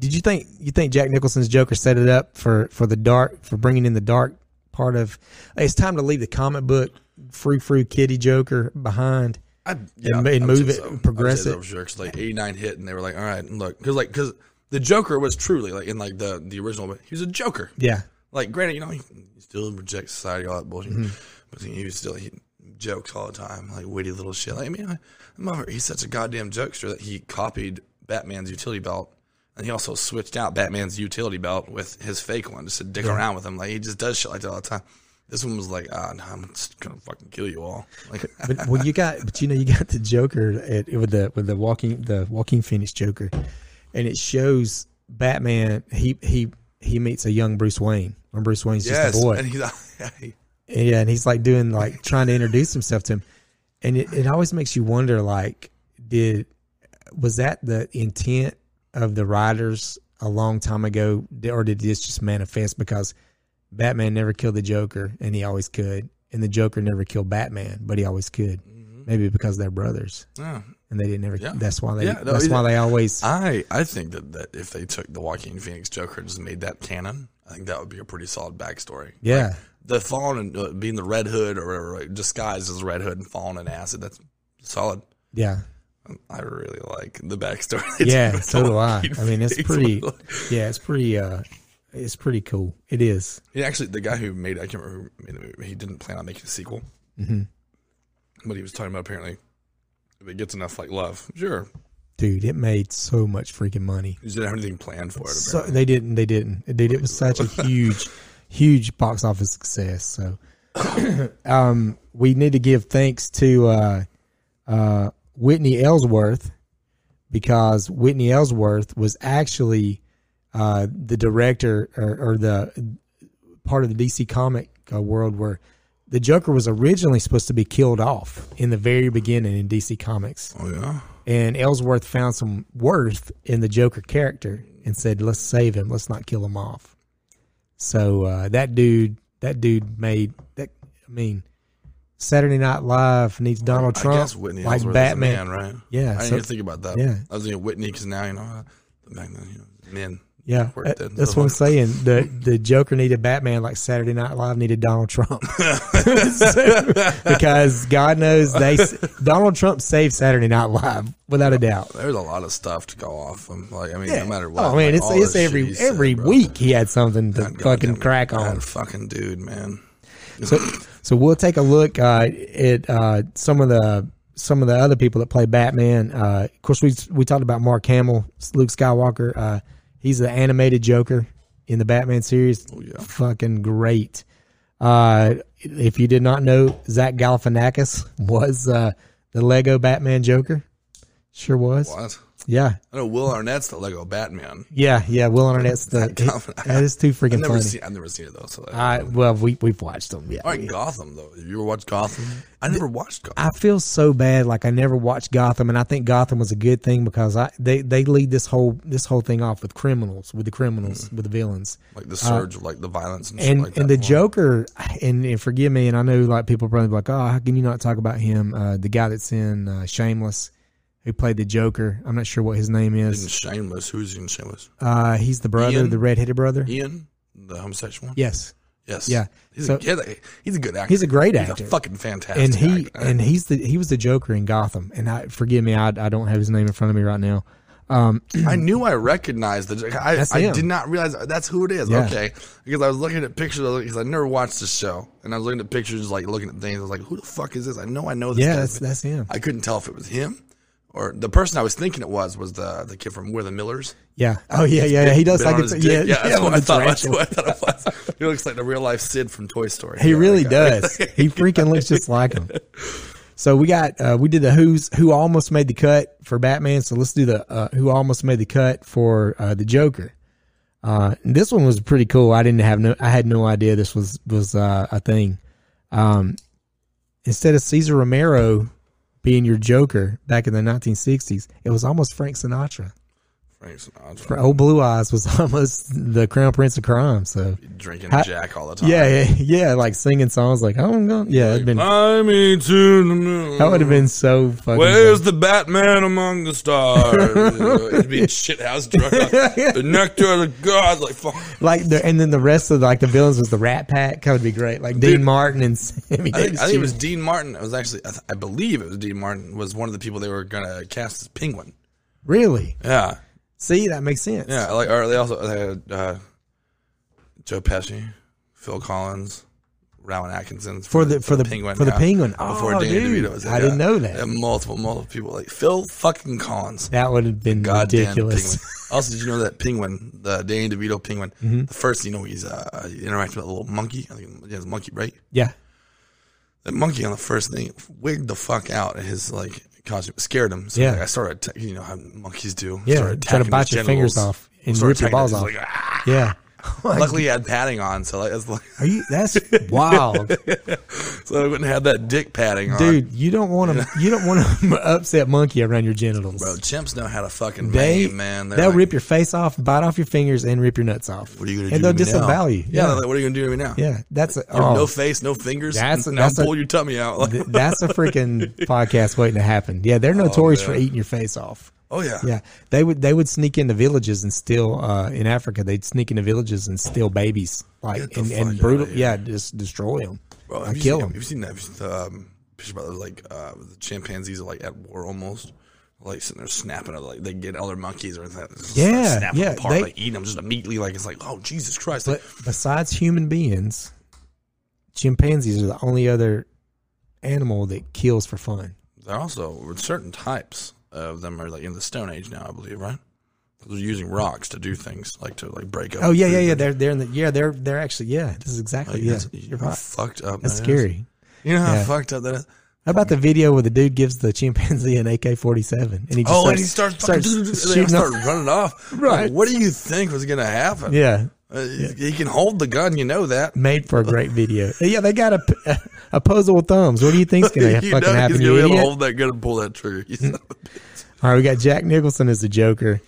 [SPEAKER 1] did you think you think Jack Nicholson's Joker set it up for for the dark for bringing in the dark part of? It's time to leave the comic book frou frou kitty Joker behind.
[SPEAKER 3] I,
[SPEAKER 1] and
[SPEAKER 3] I would
[SPEAKER 1] move
[SPEAKER 3] say
[SPEAKER 1] it,
[SPEAKER 3] I would
[SPEAKER 1] progress
[SPEAKER 3] say
[SPEAKER 1] it.
[SPEAKER 3] that was sure, 'cause, like eighty nine hit, and they were like, all right, look, because like because the Joker was truly like in like the the original, but he was a Joker.
[SPEAKER 1] Yeah,
[SPEAKER 3] Like, granted, you know, he, he still rejects society, all that bullshit.
[SPEAKER 1] Mm-hmm.
[SPEAKER 3] But he was still he jokes all the time, like witty little shit. Like, I mean, I, I'm over, he's such a goddamn jokester that he copied Batman's utility belt, and he also switched out Batman's utility belt with his fake one just to dick around with him. Like, he just does shit like that all the time. This one was like, ah, nah, I'm just gonna fucking kill you all. Like,
[SPEAKER 1] but well, you got, but you know, you got the Joker at, with the with the walking the walking Phoenix Joker, and it shows Batman. He he he meets a young Bruce Wayne when Bruce Wayne's just a boy.
[SPEAKER 3] and he's
[SPEAKER 1] And yeah, and he's like doing like trying to introduce himself to him, and it, it always makes you wonder like, did was that the intent of the writers a long time ago, or did this just manifest because Batman never killed the Joker and he always could, and the Joker never killed Batman but he always could, maybe because they're brothers
[SPEAKER 3] Yeah.
[SPEAKER 1] and they didn't ever.
[SPEAKER 3] Mm-hmm. Yeah.
[SPEAKER 1] That's why they.
[SPEAKER 3] Yeah, no,
[SPEAKER 1] that's
[SPEAKER 3] it-
[SPEAKER 1] why they always.
[SPEAKER 3] I I think that, that if they took the Joaquin Phoenix Joker and just made that canon, I think that would be a pretty solid backstory.
[SPEAKER 1] yeah,
[SPEAKER 3] The fallen and uh, being the Red Hood or whatever, like, disguised as Red Hood and fallen in acid, that's solid.
[SPEAKER 1] yeah,
[SPEAKER 3] I really like the backstory. they did
[SPEAKER 1] yeah.
[SPEAKER 3] with
[SPEAKER 1] So do I.
[SPEAKER 3] Joaquin
[SPEAKER 1] I mean, it's
[SPEAKER 3] Phoenix.
[SPEAKER 1] pretty. Yeah, it's pretty. uh It's pretty cool. It is.
[SPEAKER 3] He actually, the guy who made I can't remember who made the movie, he didn't plan on making a sequel.
[SPEAKER 1] Mm-hmm.
[SPEAKER 3] But he was talking about apparently if it gets enough like love, sure.
[SPEAKER 1] dude it made so much freaking money
[SPEAKER 3] He just didn't have anything planned for it.
[SPEAKER 1] so
[SPEAKER 3] apparently.
[SPEAKER 1] they didn't they didn't dude it was such a huge huge box office success so um we need to give thanks to uh uh whitney ellsworth because whitney ellsworth was actually uh the director or, or the part of the dc comic uh, world where the joker was originally supposed to be killed off in the very beginning in dc comics
[SPEAKER 3] oh yeah.
[SPEAKER 1] and Ellsworth found some worth in the Joker character and said, "Let's save him. Let's not kill him off." So uh, that dude, that dude made that. I mean, Saturday Night Live needs Donald Trump
[SPEAKER 3] I guess Whitney
[SPEAKER 1] like
[SPEAKER 3] Ellsworth
[SPEAKER 1] Batman.
[SPEAKER 3] is a man, right?
[SPEAKER 1] Yeah,
[SPEAKER 3] I didn't
[SPEAKER 1] so-
[SPEAKER 3] even think about that.
[SPEAKER 1] yeah.
[SPEAKER 3] I was thinking Whitney because now you know, uh, back then, you know, men.
[SPEAKER 1] Yeah,
[SPEAKER 3] worked
[SPEAKER 1] that-
[SPEAKER 3] in.
[SPEAKER 1] that's what I'm saying. The the Joker needed Batman like Saturday Night Live needed Donald Trump So, because God knows they s- Donald Trump saved Saturday Night Live without a doubt.
[SPEAKER 3] There's a lot of stuff to go off. I'm like, I mean, no matter what.
[SPEAKER 1] Oh, I mean,
[SPEAKER 3] like,
[SPEAKER 1] it's,
[SPEAKER 3] all
[SPEAKER 1] it's
[SPEAKER 3] this shit
[SPEAKER 1] every
[SPEAKER 3] he said,
[SPEAKER 1] every
[SPEAKER 3] bro.
[SPEAKER 1] week he had something to
[SPEAKER 3] God
[SPEAKER 1] fucking
[SPEAKER 3] damn it.
[SPEAKER 1] crack
[SPEAKER 3] That
[SPEAKER 1] on.
[SPEAKER 3] fucking dude, man.
[SPEAKER 1] So, so we'll take a look uh, at uh, some of the some of the other people that play Batman. Uh, of course, we we talked about Mark Hamill, Luke Skywalker. Uh, he's the
[SPEAKER 3] Oh,
[SPEAKER 1] animated Joker in the Batman series.
[SPEAKER 3] yeah.
[SPEAKER 1] Fucking great. Uh, if you did not know, Zach Galifianakis was uh, the Lego Batman Joker. Sure was.
[SPEAKER 3] What?
[SPEAKER 1] Yeah,
[SPEAKER 3] I know Will Arnett's the Lego Batman.
[SPEAKER 1] yeah, yeah. Will Arnett's the that is too
[SPEAKER 3] I've
[SPEAKER 1] freaking
[SPEAKER 3] never
[SPEAKER 1] funny.
[SPEAKER 3] seen. I've never seen it though. So I,
[SPEAKER 1] I, well, we we've watched them. Yeah.
[SPEAKER 3] all right, Gotham though. Have you ever watched Gotham? I never watched Gotham.
[SPEAKER 1] I feel so bad. Like I never watched Gotham, and I think Gotham was a good thing because I they they lead this whole this whole thing off with criminals, with the criminals, with the villains,
[SPEAKER 3] Like the surge of like the violence and, shit
[SPEAKER 1] and
[SPEAKER 3] Hmm. like that.
[SPEAKER 1] and the Joker. And, and forgive me, and I know like people probably be like, oh, how can you not talk about him? Uh, the guy that's in uh, Shameless, who played the Joker. I'm not sure what his name
[SPEAKER 3] In
[SPEAKER 1] is.
[SPEAKER 3] Shameless. Who's in Shameless?
[SPEAKER 1] Uh, he's the brother,
[SPEAKER 3] Ian?
[SPEAKER 1] the redheaded brother.
[SPEAKER 3] Ian, the homosexual one.
[SPEAKER 1] Yes,
[SPEAKER 3] Yes.
[SPEAKER 1] Yeah.
[SPEAKER 3] He's
[SPEAKER 1] So-
[SPEAKER 3] a kid. He's a good actor.
[SPEAKER 1] he's a great
[SPEAKER 3] He's
[SPEAKER 1] actor.
[SPEAKER 3] a fucking fantastic.
[SPEAKER 1] and he
[SPEAKER 3] actor.
[SPEAKER 1] and he's the he was the Joker in Gotham. And I forgive me, I I don't have his name in front of me right now. Um,
[SPEAKER 3] I knew I recognized the. I,
[SPEAKER 1] That's
[SPEAKER 3] I
[SPEAKER 1] him.
[SPEAKER 3] did not realize that's who it is.
[SPEAKER 1] Yeah.
[SPEAKER 3] Okay, because I was looking at pictures because I never watched the show, and I was looking at pictures, like looking at things. I was like, "Who the fuck is this?" I know I know this.
[SPEAKER 1] yeah,
[SPEAKER 3] guy.
[SPEAKER 1] that's that's him.
[SPEAKER 3] I couldn't tell if it was him or the person I was thinking it was was the the kid from We're the Millers.
[SPEAKER 1] Yeah. Oh yeah, yeah, yeah. He does
[SPEAKER 3] Bit
[SPEAKER 1] like
[SPEAKER 3] on
[SPEAKER 1] it's
[SPEAKER 3] his
[SPEAKER 1] yeah,
[SPEAKER 3] dick. yeah, that's
[SPEAKER 1] yeah,
[SPEAKER 3] what I
[SPEAKER 1] it's
[SPEAKER 3] thought. That's
[SPEAKER 1] Rachel.
[SPEAKER 3] what I thought it was. He looks like the real life Sid from Toy Story.
[SPEAKER 1] He
[SPEAKER 3] Yeah,
[SPEAKER 1] really
[SPEAKER 3] that guy.
[SPEAKER 1] does. He freaking looks just like him. So we got uh, we did the who's who almost made the cut for Batman. So let's do the uh, who almost made the cut for uh, the Joker. Uh, and this one was pretty cool. I didn't have no I had no idea this was was uh, a thing. Um, instead of Cesar Romero being your Joker back in the 1960s, it was almost Frank Sinatra.
[SPEAKER 3] Frank Sinatra.
[SPEAKER 1] For old Blue Eyes was almost the Crown Prince of Crime. So
[SPEAKER 3] drinking
[SPEAKER 1] How-
[SPEAKER 3] Jack all the time.
[SPEAKER 1] Yeah, yeah, yeah, like singing songs like I'm gonna. Yeah, it'd been
[SPEAKER 3] I mean to the moon.
[SPEAKER 1] that would have been so fucking.
[SPEAKER 3] Where's the Batman among the stars? He'd be shit house drunk. the nectar of the gods, like fuck.
[SPEAKER 1] like the and then the rest of like the villains was the Rat Pack. That would be great. Like Dean Martin and Sammy.
[SPEAKER 3] I think,
[SPEAKER 1] Davis
[SPEAKER 3] I think it
[SPEAKER 1] Jr.
[SPEAKER 3] was Dean Martin. It was actually, I, th- I believe it was Dean Martin was one of the people they were gonna cast as Penguin.
[SPEAKER 1] really.
[SPEAKER 3] Yeah,
[SPEAKER 1] See, that makes sense.
[SPEAKER 3] yeah. Like, or they also they had uh, Joe Pesci, Phil Collins, Rowan Atkinson
[SPEAKER 1] For the- for the- for the Penguin.
[SPEAKER 3] Before
[SPEAKER 1] Oh,
[SPEAKER 3] Danny
[SPEAKER 1] dude.
[SPEAKER 3] DeVito was in,
[SPEAKER 1] I didn't know that.
[SPEAKER 3] They had multiple, multiple people like Phil fucking Collins.
[SPEAKER 1] that would have been
[SPEAKER 3] goddamn
[SPEAKER 1] ridiculous.
[SPEAKER 3] penguin. Also, did you know that penguin, the Danny DeVito penguin,
[SPEAKER 1] Mm-hmm.
[SPEAKER 3] the first, you know, he's uh, he interacting with a little monkey. I think he has a monkey, right?
[SPEAKER 1] Yeah,
[SPEAKER 3] That monkey on the first thing wigged the fuck out at his like costume, scared him. So
[SPEAKER 1] Yeah.
[SPEAKER 3] like, I started, atta- you know, how monkeys do.
[SPEAKER 1] Yeah,
[SPEAKER 3] started
[SPEAKER 1] try to
[SPEAKER 3] attacking
[SPEAKER 1] bite
[SPEAKER 3] his
[SPEAKER 1] your fingers
[SPEAKER 3] genitals.
[SPEAKER 1] off and
[SPEAKER 3] Started
[SPEAKER 1] rip your
[SPEAKER 3] attacking
[SPEAKER 1] balls
[SPEAKER 3] his-
[SPEAKER 1] off.
[SPEAKER 3] like, ah.
[SPEAKER 1] yeah.
[SPEAKER 3] Luckily, he had padding on, so like, that's like,
[SPEAKER 1] Are you? That's wild,
[SPEAKER 3] so I wouldn't have that dick padding on.
[SPEAKER 1] dude. You don't want to. You don't want to upset monkey around your genitals.
[SPEAKER 3] bro, chimps know how to fucking
[SPEAKER 1] They,
[SPEAKER 3] they, man. They're
[SPEAKER 1] they'll
[SPEAKER 3] like,
[SPEAKER 1] rip your face off, bite off your fingers, and rip your nuts off.
[SPEAKER 3] What are you gonna do?
[SPEAKER 1] and they'll
[SPEAKER 3] to me now?"
[SPEAKER 1] disavow you.
[SPEAKER 3] Yeah, they're like, what are you gonna do to me now?
[SPEAKER 1] Yeah, that's a,
[SPEAKER 3] You have
[SPEAKER 1] oh,
[SPEAKER 3] No face, no fingers.
[SPEAKER 1] That's-
[SPEAKER 3] now
[SPEAKER 1] that's a-
[SPEAKER 3] pull your tummy out. Like,
[SPEAKER 1] th- that's a freaking podcast waiting to happen. Yeah, they're notorious for
[SPEAKER 3] Oh, man.
[SPEAKER 1] eating your face off.
[SPEAKER 3] oh
[SPEAKER 1] Yeah, they would they would sneak into villages and steal uh, in Africa. They'd sneak into villages and steal babies,
[SPEAKER 3] Get
[SPEAKER 1] like
[SPEAKER 3] the
[SPEAKER 1] and, and
[SPEAKER 3] fuck
[SPEAKER 1] brutal.
[SPEAKER 3] outta here.
[SPEAKER 1] Yeah, just destroy them,
[SPEAKER 3] Bro,
[SPEAKER 1] or
[SPEAKER 3] have you
[SPEAKER 1] kill
[SPEAKER 3] seen, Have
[SPEAKER 1] them.
[SPEAKER 3] you seen that? Have you seen the um, picture about those, like uh, the chimpanzees are like at war almost, like sitting there snapping at like they get other monkeys or that. just start
[SPEAKER 1] Yeah,
[SPEAKER 3] snapping
[SPEAKER 1] yeah,
[SPEAKER 3] Apart,
[SPEAKER 1] they-
[SPEAKER 3] like eating them just immediately. Like it's like, oh Jesus Christ!
[SPEAKER 1] But besides human beings, chimpanzees are the only other animal that kills for fun.
[SPEAKER 3] they're also certain types of them are like in the Stone Age now, I believe, right? They're using rocks to do things like to like break up.
[SPEAKER 1] Oh yeah, yeah, yeah. They're they're in the yeah they're they're actually yeah. This is exactly
[SPEAKER 3] Like,
[SPEAKER 1] yeah.
[SPEAKER 3] that's-
[SPEAKER 1] You're
[SPEAKER 3] how
[SPEAKER 1] right.
[SPEAKER 3] fucked up.
[SPEAKER 1] That's
[SPEAKER 3] that is?
[SPEAKER 1] scary.
[SPEAKER 3] You know how
[SPEAKER 1] Yeah.
[SPEAKER 3] fucked up that is.
[SPEAKER 1] How about the video where the dude gives the chimpanzee an AK forty seven and he just
[SPEAKER 3] Oh,
[SPEAKER 1] starts,
[SPEAKER 3] and he starts, fucking and they
[SPEAKER 1] shooting
[SPEAKER 3] start
[SPEAKER 1] off-
[SPEAKER 3] running off. Like,
[SPEAKER 1] Right.
[SPEAKER 3] what do you think was gonna happen?
[SPEAKER 1] Yeah,
[SPEAKER 3] Uh, He can hold the gun, you know that.
[SPEAKER 1] made for a great video. Uh, Yeah, they got a opposable thumbs. What do you think's gonna
[SPEAKER 3] you
[SPEAKER 1] fucking
[SPEAKER 3] know
[SPEAKER 1] happen?
[SPEAKER 3] he's
[SPEAKER 1] You
[SPEAKER 3] gonna be able to
[SPEAKER 1] idiot?
[SPEAKER 3] hold that gun and pull that trigger. You son of a bitch.
[SPEAKER 1] All right, we got Jack Nicholson as the Joker.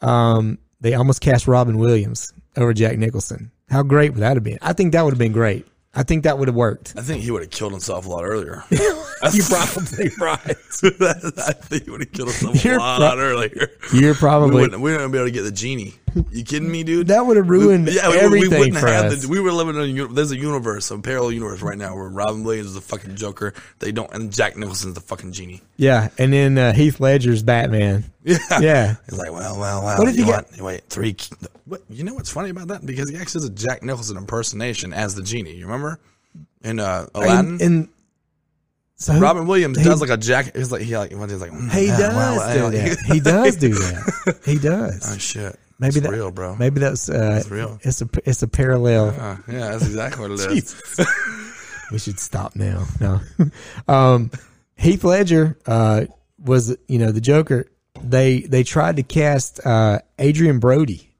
[SPEAKER 1] Um, they almost cast Robin Williams over Jack Nicholson. How great would that have been? I think that would have been great. I think that would have worked.
[SPEAKER 3] I think he would have killed himself a lot earlier.
[SPEAKER 1] You're probably right.
[SPEAKER 3] I think he would have killed himself
[SPEAKER 1] You're
[SPEAKER 3] a lot
[SPEAKER 1] pro-
[SPEAKER 3] earlier.
[SPEAKER 1] You're
[SPEAKER 3] We
[SPEAKER 1] probably
[SPEAKER 3] wouldn't, we wouldn't be able to get the genie. You kidding me, dude?
[SPEAKER 1] that would have ruined everything for us.
[SPEAKER 3] The, we were living in a, uni- there's a universe, a parallel universe right now where Robin Williams is the fucking Joker. They don't, and Jack Nicholson's the fucking genie.
[SPEAKER 1] yeah, and then uh, Heath Ledger's Batman.
[SPEAKER 3] Yeah.
[SPEAKER 1] Yeah.
[SPEAKER 3] He's like, well, well, well.
[SPEAKER 1] What if
[SPEAKER 3] you
[SPEAKER 1] he got-
[SPEAKER 3] want- wait three? What, you know what's funny about that? Because he actually does a Jack Nicholson impersonation as the genie. You remember in uh, Aladdin?
[SPEAKER 1] And, and so who-
[SPEAKER 3] Robin Williams
[SPEAKER 1] he-
[SPEAKER 3] does like a Jack. He's like he like one day he's like mm,
[SPEAKER 1] He
[SPEAKER 3] yeah,
[SPEAKER 1] does
[SPEAKER 3] well, well,
[SPEAKER 1] do that. He does do that. He
[SPEAKER 3] Oh
[SPEAKER 1] does.
[SPEAKER 3] shit.
[SPEAKER 1] Maybe
[SPEAKER 3] Maybe
[SPEAKER 1] that-
[SPEAKER 3] that's real, bro.
[SPEAKER 1] Maybe that's uh,
[SPEAKER 3] real.
[SPEAKER 1] It's a it's a parallel.
[SPEAKER 3] Uh, yeah, that's exactly what it is.
[SPEAKER 1] Jesus. we should stop now. No. um, Heath Ledger uh, was, you know, the Joker. They they tried to cast uh, Adrian Brody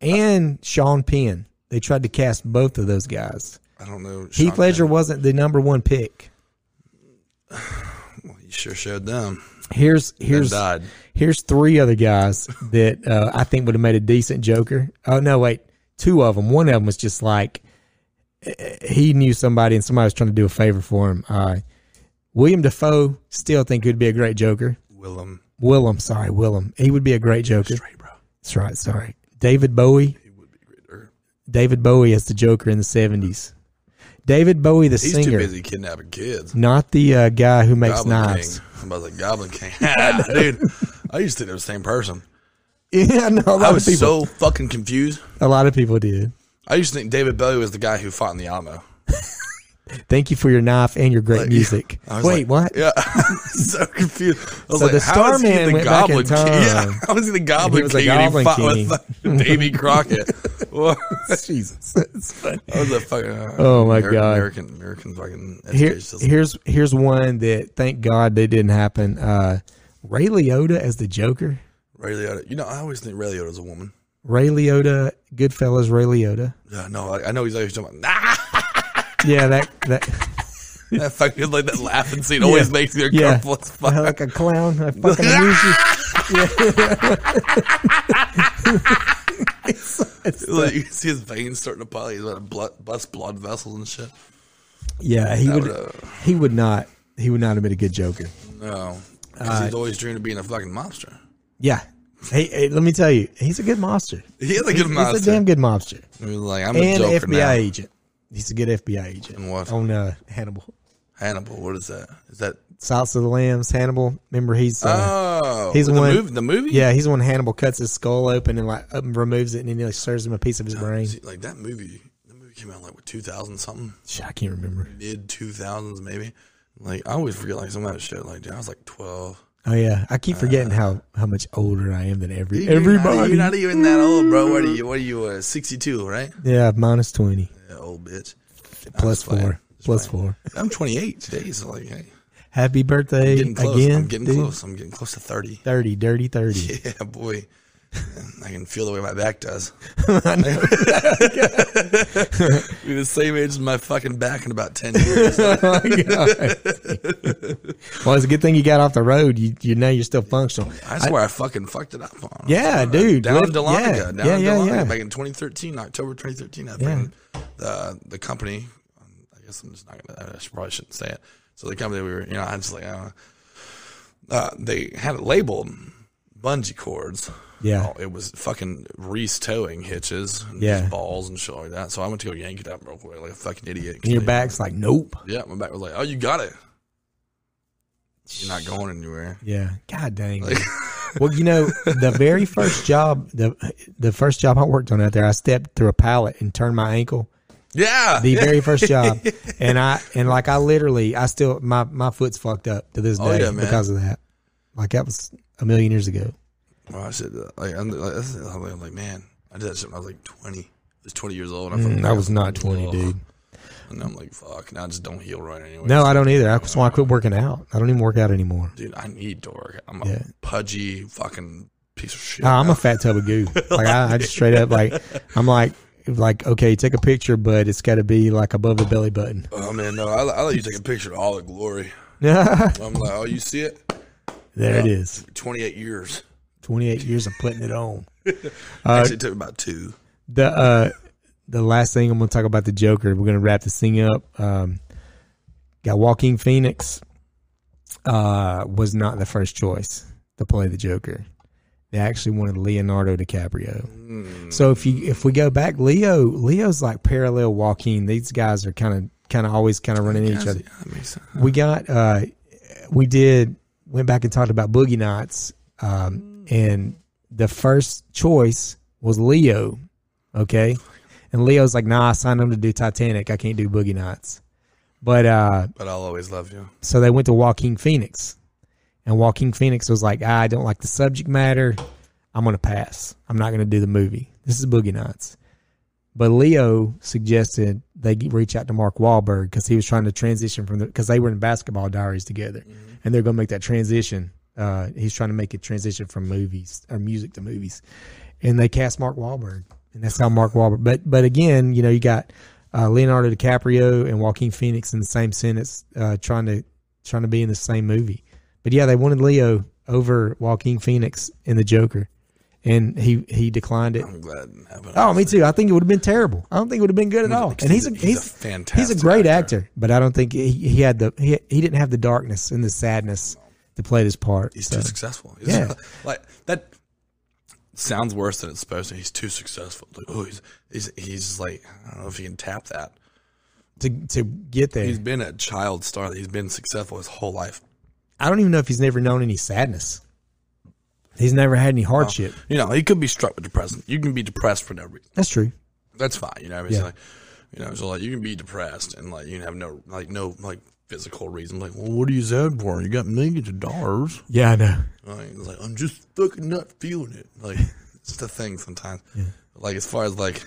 [SPEAKER 1] and Sean Penn. They tried to cast both of those guys.
[SPEAKER 3] I don't know. Sean
[SPEAKER 1] Heath Ledger
[SPEAKER 3] Penn.
[SPEAKER 1] wasn't the number one pick.
[SPEAKER 3] Well, you sure showed them.
[SPEAKER 1] Here's here's
[SPEAKER 3] died.
[SPEAKER 1] here's three other guys that uh, I think would have made a decent Joker. Oh no, wait, two of them. One of them was just like eh, he knew somebody, and somebody was trying to do a favor for him. Uh, William Defoe still think he'd be a great Joker.
[SPEAKER 3] Willem.
[SPEAKER 1] Willem, sorry, Willem, he would be a great Joker.
[SPEAKER 3] Hey, bro.
[SPEAKER 1] That's right. Sorry, David Bowie.
[SPEAKER 3] He would be great. Or-
[SPEAKER 1] David Bowie as the Joker in the seventies. David Bowie, the
[SPEAKER 3] He's too
[SPEAKER 1] singer,
[SPEAKER 3] busy kidnapping kids.
[SPEAKER 1] not the uh, guy who makes
[SPEAKER 3] Goblin
[SPEAKER 1] knives.
[SPEAKER 3] King. I'm about to say Goblin King. Dude, I used to think they were the same person.
[SPEAKER 1] Yeah, I know a
[SPEAKER 3] I
[SPEAKER 1] lot of
[SPEAKER 3] was
[SPEAKER 1] people.
[SPEAKER 3] so fucking confused.
[SPEAKER 1] a lot of people did.
[SPEAKER 3] I used to think David Bowie was the guy who fought in the Alamo.
[SPEAKER 1] Thank you for your knife and your great music.
[SPEAKER 3] I was
[SPEAKER 1] Wait,
[SPEAKER 3] like-
[SPEAKER 1] what?
[SPEAKER 3] Yeah, so confused. I was
[SPEAKER 1] So
[SPEAKER 3] like,
[SPEAKER 1] the
[SPEAKER 3] how is he
[SPEAKER 1] Starman
[SPEAKER 3] the
[SPEAKER 1] went back in
[SPEAKER 3] Goblin King?
[SPEAKER 1] time.
[SPEAKER 3] Yeah, how is he the Goblin
[SPEAKER 1] was a
[SPEAKER 3] King?
[SPEAKER 1] Goblin
[SPEAKER 3] and he
[SPEAKER 1] King.
[SPEAKER 3] fought with Davy Crockett. Whoa.
[SPEAKER 1] Jesus, that's funny.
[SPEAKER 3] That was a fucking. uh,
[SPEAKER 1] Oh, my
[SPEAKER 3] American,
[SPEAKER 1] God.
[SPEAKER 3] American American fucking
[SPEAKER 1] Here,
[SPEAKER 3] education system.
[SPEAKER 1] here's here's one that thank God they didn't happen. Uh, Ray Liotta as the Joker.
[SPEAKER 3] Ray Liotta. You know, I always think Ray Liotta was a woman.
[SPEAKER 1] Ray Liotta, Goodfellas. Ray Liotta.
[SPEAKER 3] Yeah, no, I, I know he's always talking about. Nah!
[SPEAKER 1] Yeah, that that
[SPEAKER 3] That fucking like that laughing scene always
[SPEAKER 1] Yeah.
[SPEAKER 3] makes me
[SPEAKER 1] yeah,
[SPEAKER 3] uncomfortable as fuck.
[SPEAKER 1] like a clown. I fucking lose you.
[SPEAKER 3] Like, you can see his veins starting to pile. He's about to blood, bust blood vessels and shit.
[SPEAKER 1] Yeah, he would.
[SPEAKER 3] would,
[SPEAKER 1] he would not. He would not have been a good Joker.
[SPEAKER 3] No, 'Cause he's always dreamed of being a fucking mobster.
[SPEAKER 1] Yeah. Hey, hey, let me tell you, he's a good mobster.
[SPEAKER 3] He is a good mobster.
[SPEAKER 1] He's a damn good mobster.
[SPEAKER 3] He was like, I'm
[SPEAKER 1] and
[SPEAKER 3] a Joker
[SPEAKER 1] FBI
[SPEAKER 3] now.
[SPEAKER 1] agent. He's a good FBI agent.
[SPEAKER 3] And what?
[SPEAKER 1] On uh, Hannibal.
[SPEAKER 3] Hannibal. What is that? Is that
[SPEAKER 1] South of the Lambs, Hannibal. Remember, he's. Uh,
[SPEAKER 3] oh
[SPEAKER 1] he's
[SPEAKER 3] the
[SPEAKER 1] one-
[SPEAKER 3] movie? The movie?
[SPEAKER 1] yeah, he's the one Hannibal cuts his skull open and like up and removes it and then he like, serves him a piece of
[SPEAKER 3] Oh,
[SPEAKER 1] his brain.
[SPEAKER 3] See, like that movie. That movie came out like what 2000 something,
[SPEAKER 1] Shit, I can't remember.
[SPEAKER 3] mid 2000s maybe. Like I always forget like some of that shit. Like dude, I was like 12.
[SPEAKER 1] Oh yeah, I keep forgetting how how much older I am than every
[SPEAKER 3] Uh, You're not-
[SPEAKER 1] everybody.
[SPEAKER 3] you're not e-, even that old, bro. What are you? What are you? Uh, 62, right?
[SPEAKER 1] yeah, minus twenty,
[SPEAKER 3] Yeah, old bitch.
[SPEAKER 1] plus
[SPEAKER 3] fine.
[SPEAKER 1] four, plus four.
[SPEAKER 3] I'm 28 today, so like, hey,
[SPEAKER 1] Happy birthday
[SPEAKER 3] getting close.
[SPEAKER 1] again,
[SPEAKER 3] I'm getting
[SPEAKER 1] dude.
[SPEAKER 3] close. I'm getting close to 30.
[SPEAKER 1] Thirty, dirty thirty.
[SPEAKER 3] Yeah, boy. I can feel the way my back does. Be the same age as my fucking back in about 10 years.
[SPEAKER 1] Oh, my God. well, it's a good thing you got off the road. You you know you're still functional.
[SPEAKER 3] I swear I, fucking fucked it up on.
[SPEAKER 1] Yeah, dude.
[SPEAKER 3] Down in
[SPEAKER 1] Look-
[SPEAKER 3] Dahlonega.
[SPEAKER 1] yeah,
[SPEAKER 3] Down
[SPEAKER 1] yeah,
[SPEAKER 3] in
[SPEAKER 1] yeah,
[SPEAKER 3] Dahlonega
[SPEAKER 1] yeah.
[SPEAKER 3] back in 2013, October 2013. I think the, the company, um, I guess I'm just not going to, I should- probably shouldn't say it. So the company we were, you know, I just like, I don't know. Uh, they had it labeled bungee cords.
[SPEAKER 1] Yeah.
[SPEAKER 3] Oh, it was fucking Reese towing hitches and
[SPEAKER 1] Yeah.
[SPEAKER 3] just balls and shit like that. So I went to go yank it up real quick like a fucking idiot.
[SPEAKER 1] And your back's like, nope.
[SPEAKER 3] Yeah, my back was like, oh, you got it. You're not going anywhere.
[SPEAKER 1] Yeah. God dang. dude. well, you know, the very first job, the the first job I worked on out there, I stepped through a pallet and turned my ankle.
[SPEAKER 3] Yeah.
[SPEAKER 1] The
[SPEAKER 3] yeah.
[SPEAKER 1] very first job, and I and like I literally, I still my my foot's fucked up to this day
[SPEAKER 3] Oh, yeah, man.
[SPEAKER 1] because of that. Like that was a million years ago.
[SPEAKER 3] Well, I said, uh, like, I'm, like, that's- I'm like- I'm like, man, I did that shit when I was like 20. I was 20 years old. I'm
[SPEAKER 1] Mm,
[SPEAKER 3] like,
[SPEAKER 1] I was not twenty,
[SPEAKER 3] ugh.
[SPEAKER 1] dude.
[SPEAKER 3] And I'm like, fuck. Now I just don't heal right anyway.
[SPEAKER 1] No, I don't either. That's why I quit working out. I don't even work out anymore.
[SPEAKER 3] Dude, I need to work. I'm a
[SPEAKER 1] Yeah.
[SPEAKER 3] pudgy fucking piece of shit.
[SPEAKER 1] Oh, I'm a fat tub of goo. Like I, I just straight up like I'm like like okay, take a picture, but it's got to be like above the belly button.
[SPEAKER 3] oh, man, no. I, I let you take a picture of all the glory.
[SPEAKER 1] there
[SPEAKER 3] I'm like, oh, you see it?
[SPEAKER 1] it is.
[SPEAKER 3] 28 years.
[SPEAKER 1] 28 years of putting it on. Uh,
[SPEAKER 3] Actually, it took about two.
[SPEAKER 1] The uh the last thing I'm going to talk about the Joker. We're going to wrap this thing up. Um got Joaquin Phoenix uh was not the first choice to play the Joker. They actually wanted Leonardo DiCaprio. So if you if we go back Leo Leo's like parallel Joaquin. These guys are kind of kind of always kind of running into each other.
[SPEAKER 3] Yeah, that makes sense.
[SPEAKER 1] we got uh we did went back and talked about boogie nights um and the first choice was leo okay and leo's like nah i signed him to do titanic i can't do boogie nights but uh
[SPEAKER 3] But I'll always love you.
[SPEAKER 1] so they went to Joaquin Phoenix, and Joaquin Phoenix was like, "Ah, "I don't like the subject matter. I'm gonna pass. I'm not gonna do the movie. This is Boogie Nights." But Leo suggested they g- reach out to Mark Wahlberg because he was trying to transition from the because they were in Basketball Diaries together, and they're going to make that transition. Uh, he's trying to make a transition from movies or music to movies, and they cast Mark Wahlberg, and that's how Mark Wahlberg. But but again, you know, you got uh, Leonardo DiCaprio and Joaquin Phoenix in the same sentence, uh, trying to trying to be in the same movie. But yeah, they wanted Leo over Joaquin Phoenix in the Joker, and he he declined it.
[SPEAKER 3] I'm glad it happened.
[SPEAKER 1] Oh, me too. I think it would have been terrible. I don't think it would have been good at all. And he's a,
[SPEAKER 3] he's a
[SPEAKER 1] he's,
[SPEAKER 3] fantastic
[SPEAKER 1] He's a great
[SPEAKER 3] actor.
[SPEAKER 1] actor. but I don't think he, he had the he, he didn't have the darkness and the sadness to play this part.
[SPEAKER 3] He's
[SPEAKER 1] so.
[SPEAKER 3] too successful. He's-
[SPEAKER 1] Yeah.
[SPEAKER 3] like that sounds worse than it's supposed to. He's too successful. Like, oh, he's, he's he's like I don't know if he can tap that.
[SPEAKER 1] to to get there.
[SPEAKER 3] He's been a child star. He's been successful his whole life.
[SPEAKER 1] I don't even know if he's never known any sadness. He's never had any hardship.
[SPEAKER 3] You know, he could be struck with depression. You can be depressed for no reason.
[SPEAKER 1] That's true.
[SPEAKER 3] That's fine. You know, what I mean? it's
[SPEAKER 1] Yeah.
[SPEAKER 3] like you know, so like you can be depressed and like you can have no like no like physical reason. Like, well, what are you sad for? You got millions of dollars.
[SPEAKER 1] Yeah, I know.
[SPEAKER 3] Like, it's like I'm just fucking not feeling it. Like it's the thing sometimes. Like as far as like,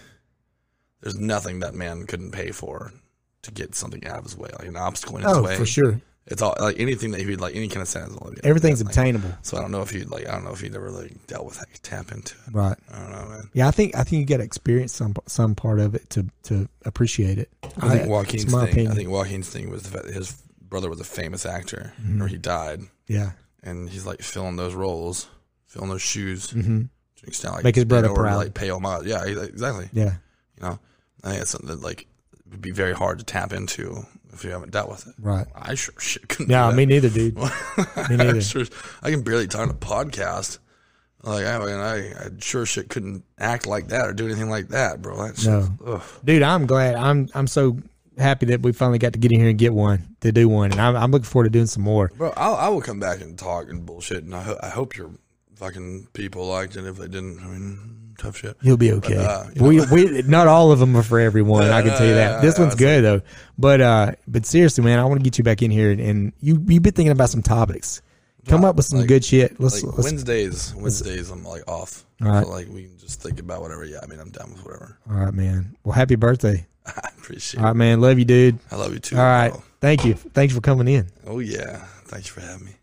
[SPEAKER 3] there's nothing that man couldn't pay for to get something out of his way, like an obstacle in his
[SPEAKER 1] Oh,
[SPEAKER 3] way.
[SPEAKER 1] for sure.
[SPEAKER 3] It's all like anything that he'd like any kind of sadness. Like,
[SPEAKER 1] Everything's
[SPEAKER 3] yeah, like-
[SPEAKER 1] obtainable.
[SPEAKER 3] So I don't know if he'd like I don't know if he'd ever like dealt with that. Like, tap into it.
[SPEAKER 1] Right.
[SPEAKER 3] I don't know, man.
[SPEAKER 1] Yeah, I think I think you got to experience some some part of it to to appreciate it.
[SPEAKER 3] I think
[SPEAKER 1] It's
[SPEAKER 3] Joaquin's
[SPEAKER 1] my
[SPEAKER 3] thing.
[SPEAKER 1] opinion.
[SPEAKER 3] I think Joaquin's thing was the fact that his brother was a famous actor,
[SPEAKER 1] Mm-hmm.
[SPEAKER 3] or he died,
[SPEAKER 1] yeah,
[SPEAKER 3] and he's like filling those roles, filling those shoes.
[SPEAKER 1] hmm
[SPEAKER 3] to an extent, like
[SPEAKER 1] Make his brother
[SPEAKER 3] in order to,
[SPEAKER 1] proud.
[SPEAKER 3] like pay homage. Yeah, ex- exactly.
[SPEAKER 1] yeah,
[SPEAKER 3] You know, I think it's something that like would be very hard to tap into if you haven't dealt with it.
[SPEAKER 1] right.
[SPEAKER 3] I sure shit couldn't.
[SPEAKER 1] Yeah,
[SPEAKER 3] do
[SPEAKER 1] me neither, dude.
[SPEAKER 3] that.
[SPEAKER 1] me neither.
[SPEAKER 3] I, sure- I can barely talk on a podcast. Like I, mean, I, I sure shit couldn't act like that or do anything like that, bro. That shit,
[SPEAKER 1] No.
[SPEAKER 3] ugh.
[SPEAKER 1] dude i'm glad i'm i'm so happy that we finally got to get in here and get one to do one and i'm, I'm looking forward to doing some more
[SPEAKER 3] bro. I'll, I will come back and talk and bullshit, and I, ho- I hope your fucking people liked it. If they didn't, I mean, tough shit.
[SPEAKER 1] you'll be okay
[SPEAKER 3] uh, you
[SPEAKER 1] we, we not all of them are for everyone i can tell you that
[SPEAKER 3] Yeah,
[SPEAKER 1] this
[SPEAKER 3] yeah,
[SPEAKER 1] one's good though but uh but seriously man i want to get you back in here and, and you you've been thinking about some topics come up with some
[SPEAKER 3] like-
[SPEAKER 1] good shit let's,
[SPEAKER 3] Like
[SPEAKER 1] let's
[SPEAKER 3] Wednesdays, Wednesdays, I'm like off.
[SPEAKER 1] right.
[SPEAKER 3] So like we can just think about whatever. Yeah, I mean, I'm down with whatever.
[SPEAKER 1] all right man well happy birthday
[SPEAKER 3] I appreciate
[SPEAKER 1] all
[SPEAKER 3] it.
[SPEAKER 1] right man love you dude
[SPEAKER 3] I love you too.
[SPEAKER 1] all right
[SPEAKER 3] bro.
[SPEAKER 1] thank you thanks for coming in
[SPEAKER 3] Oh yeah. Thanks for having me.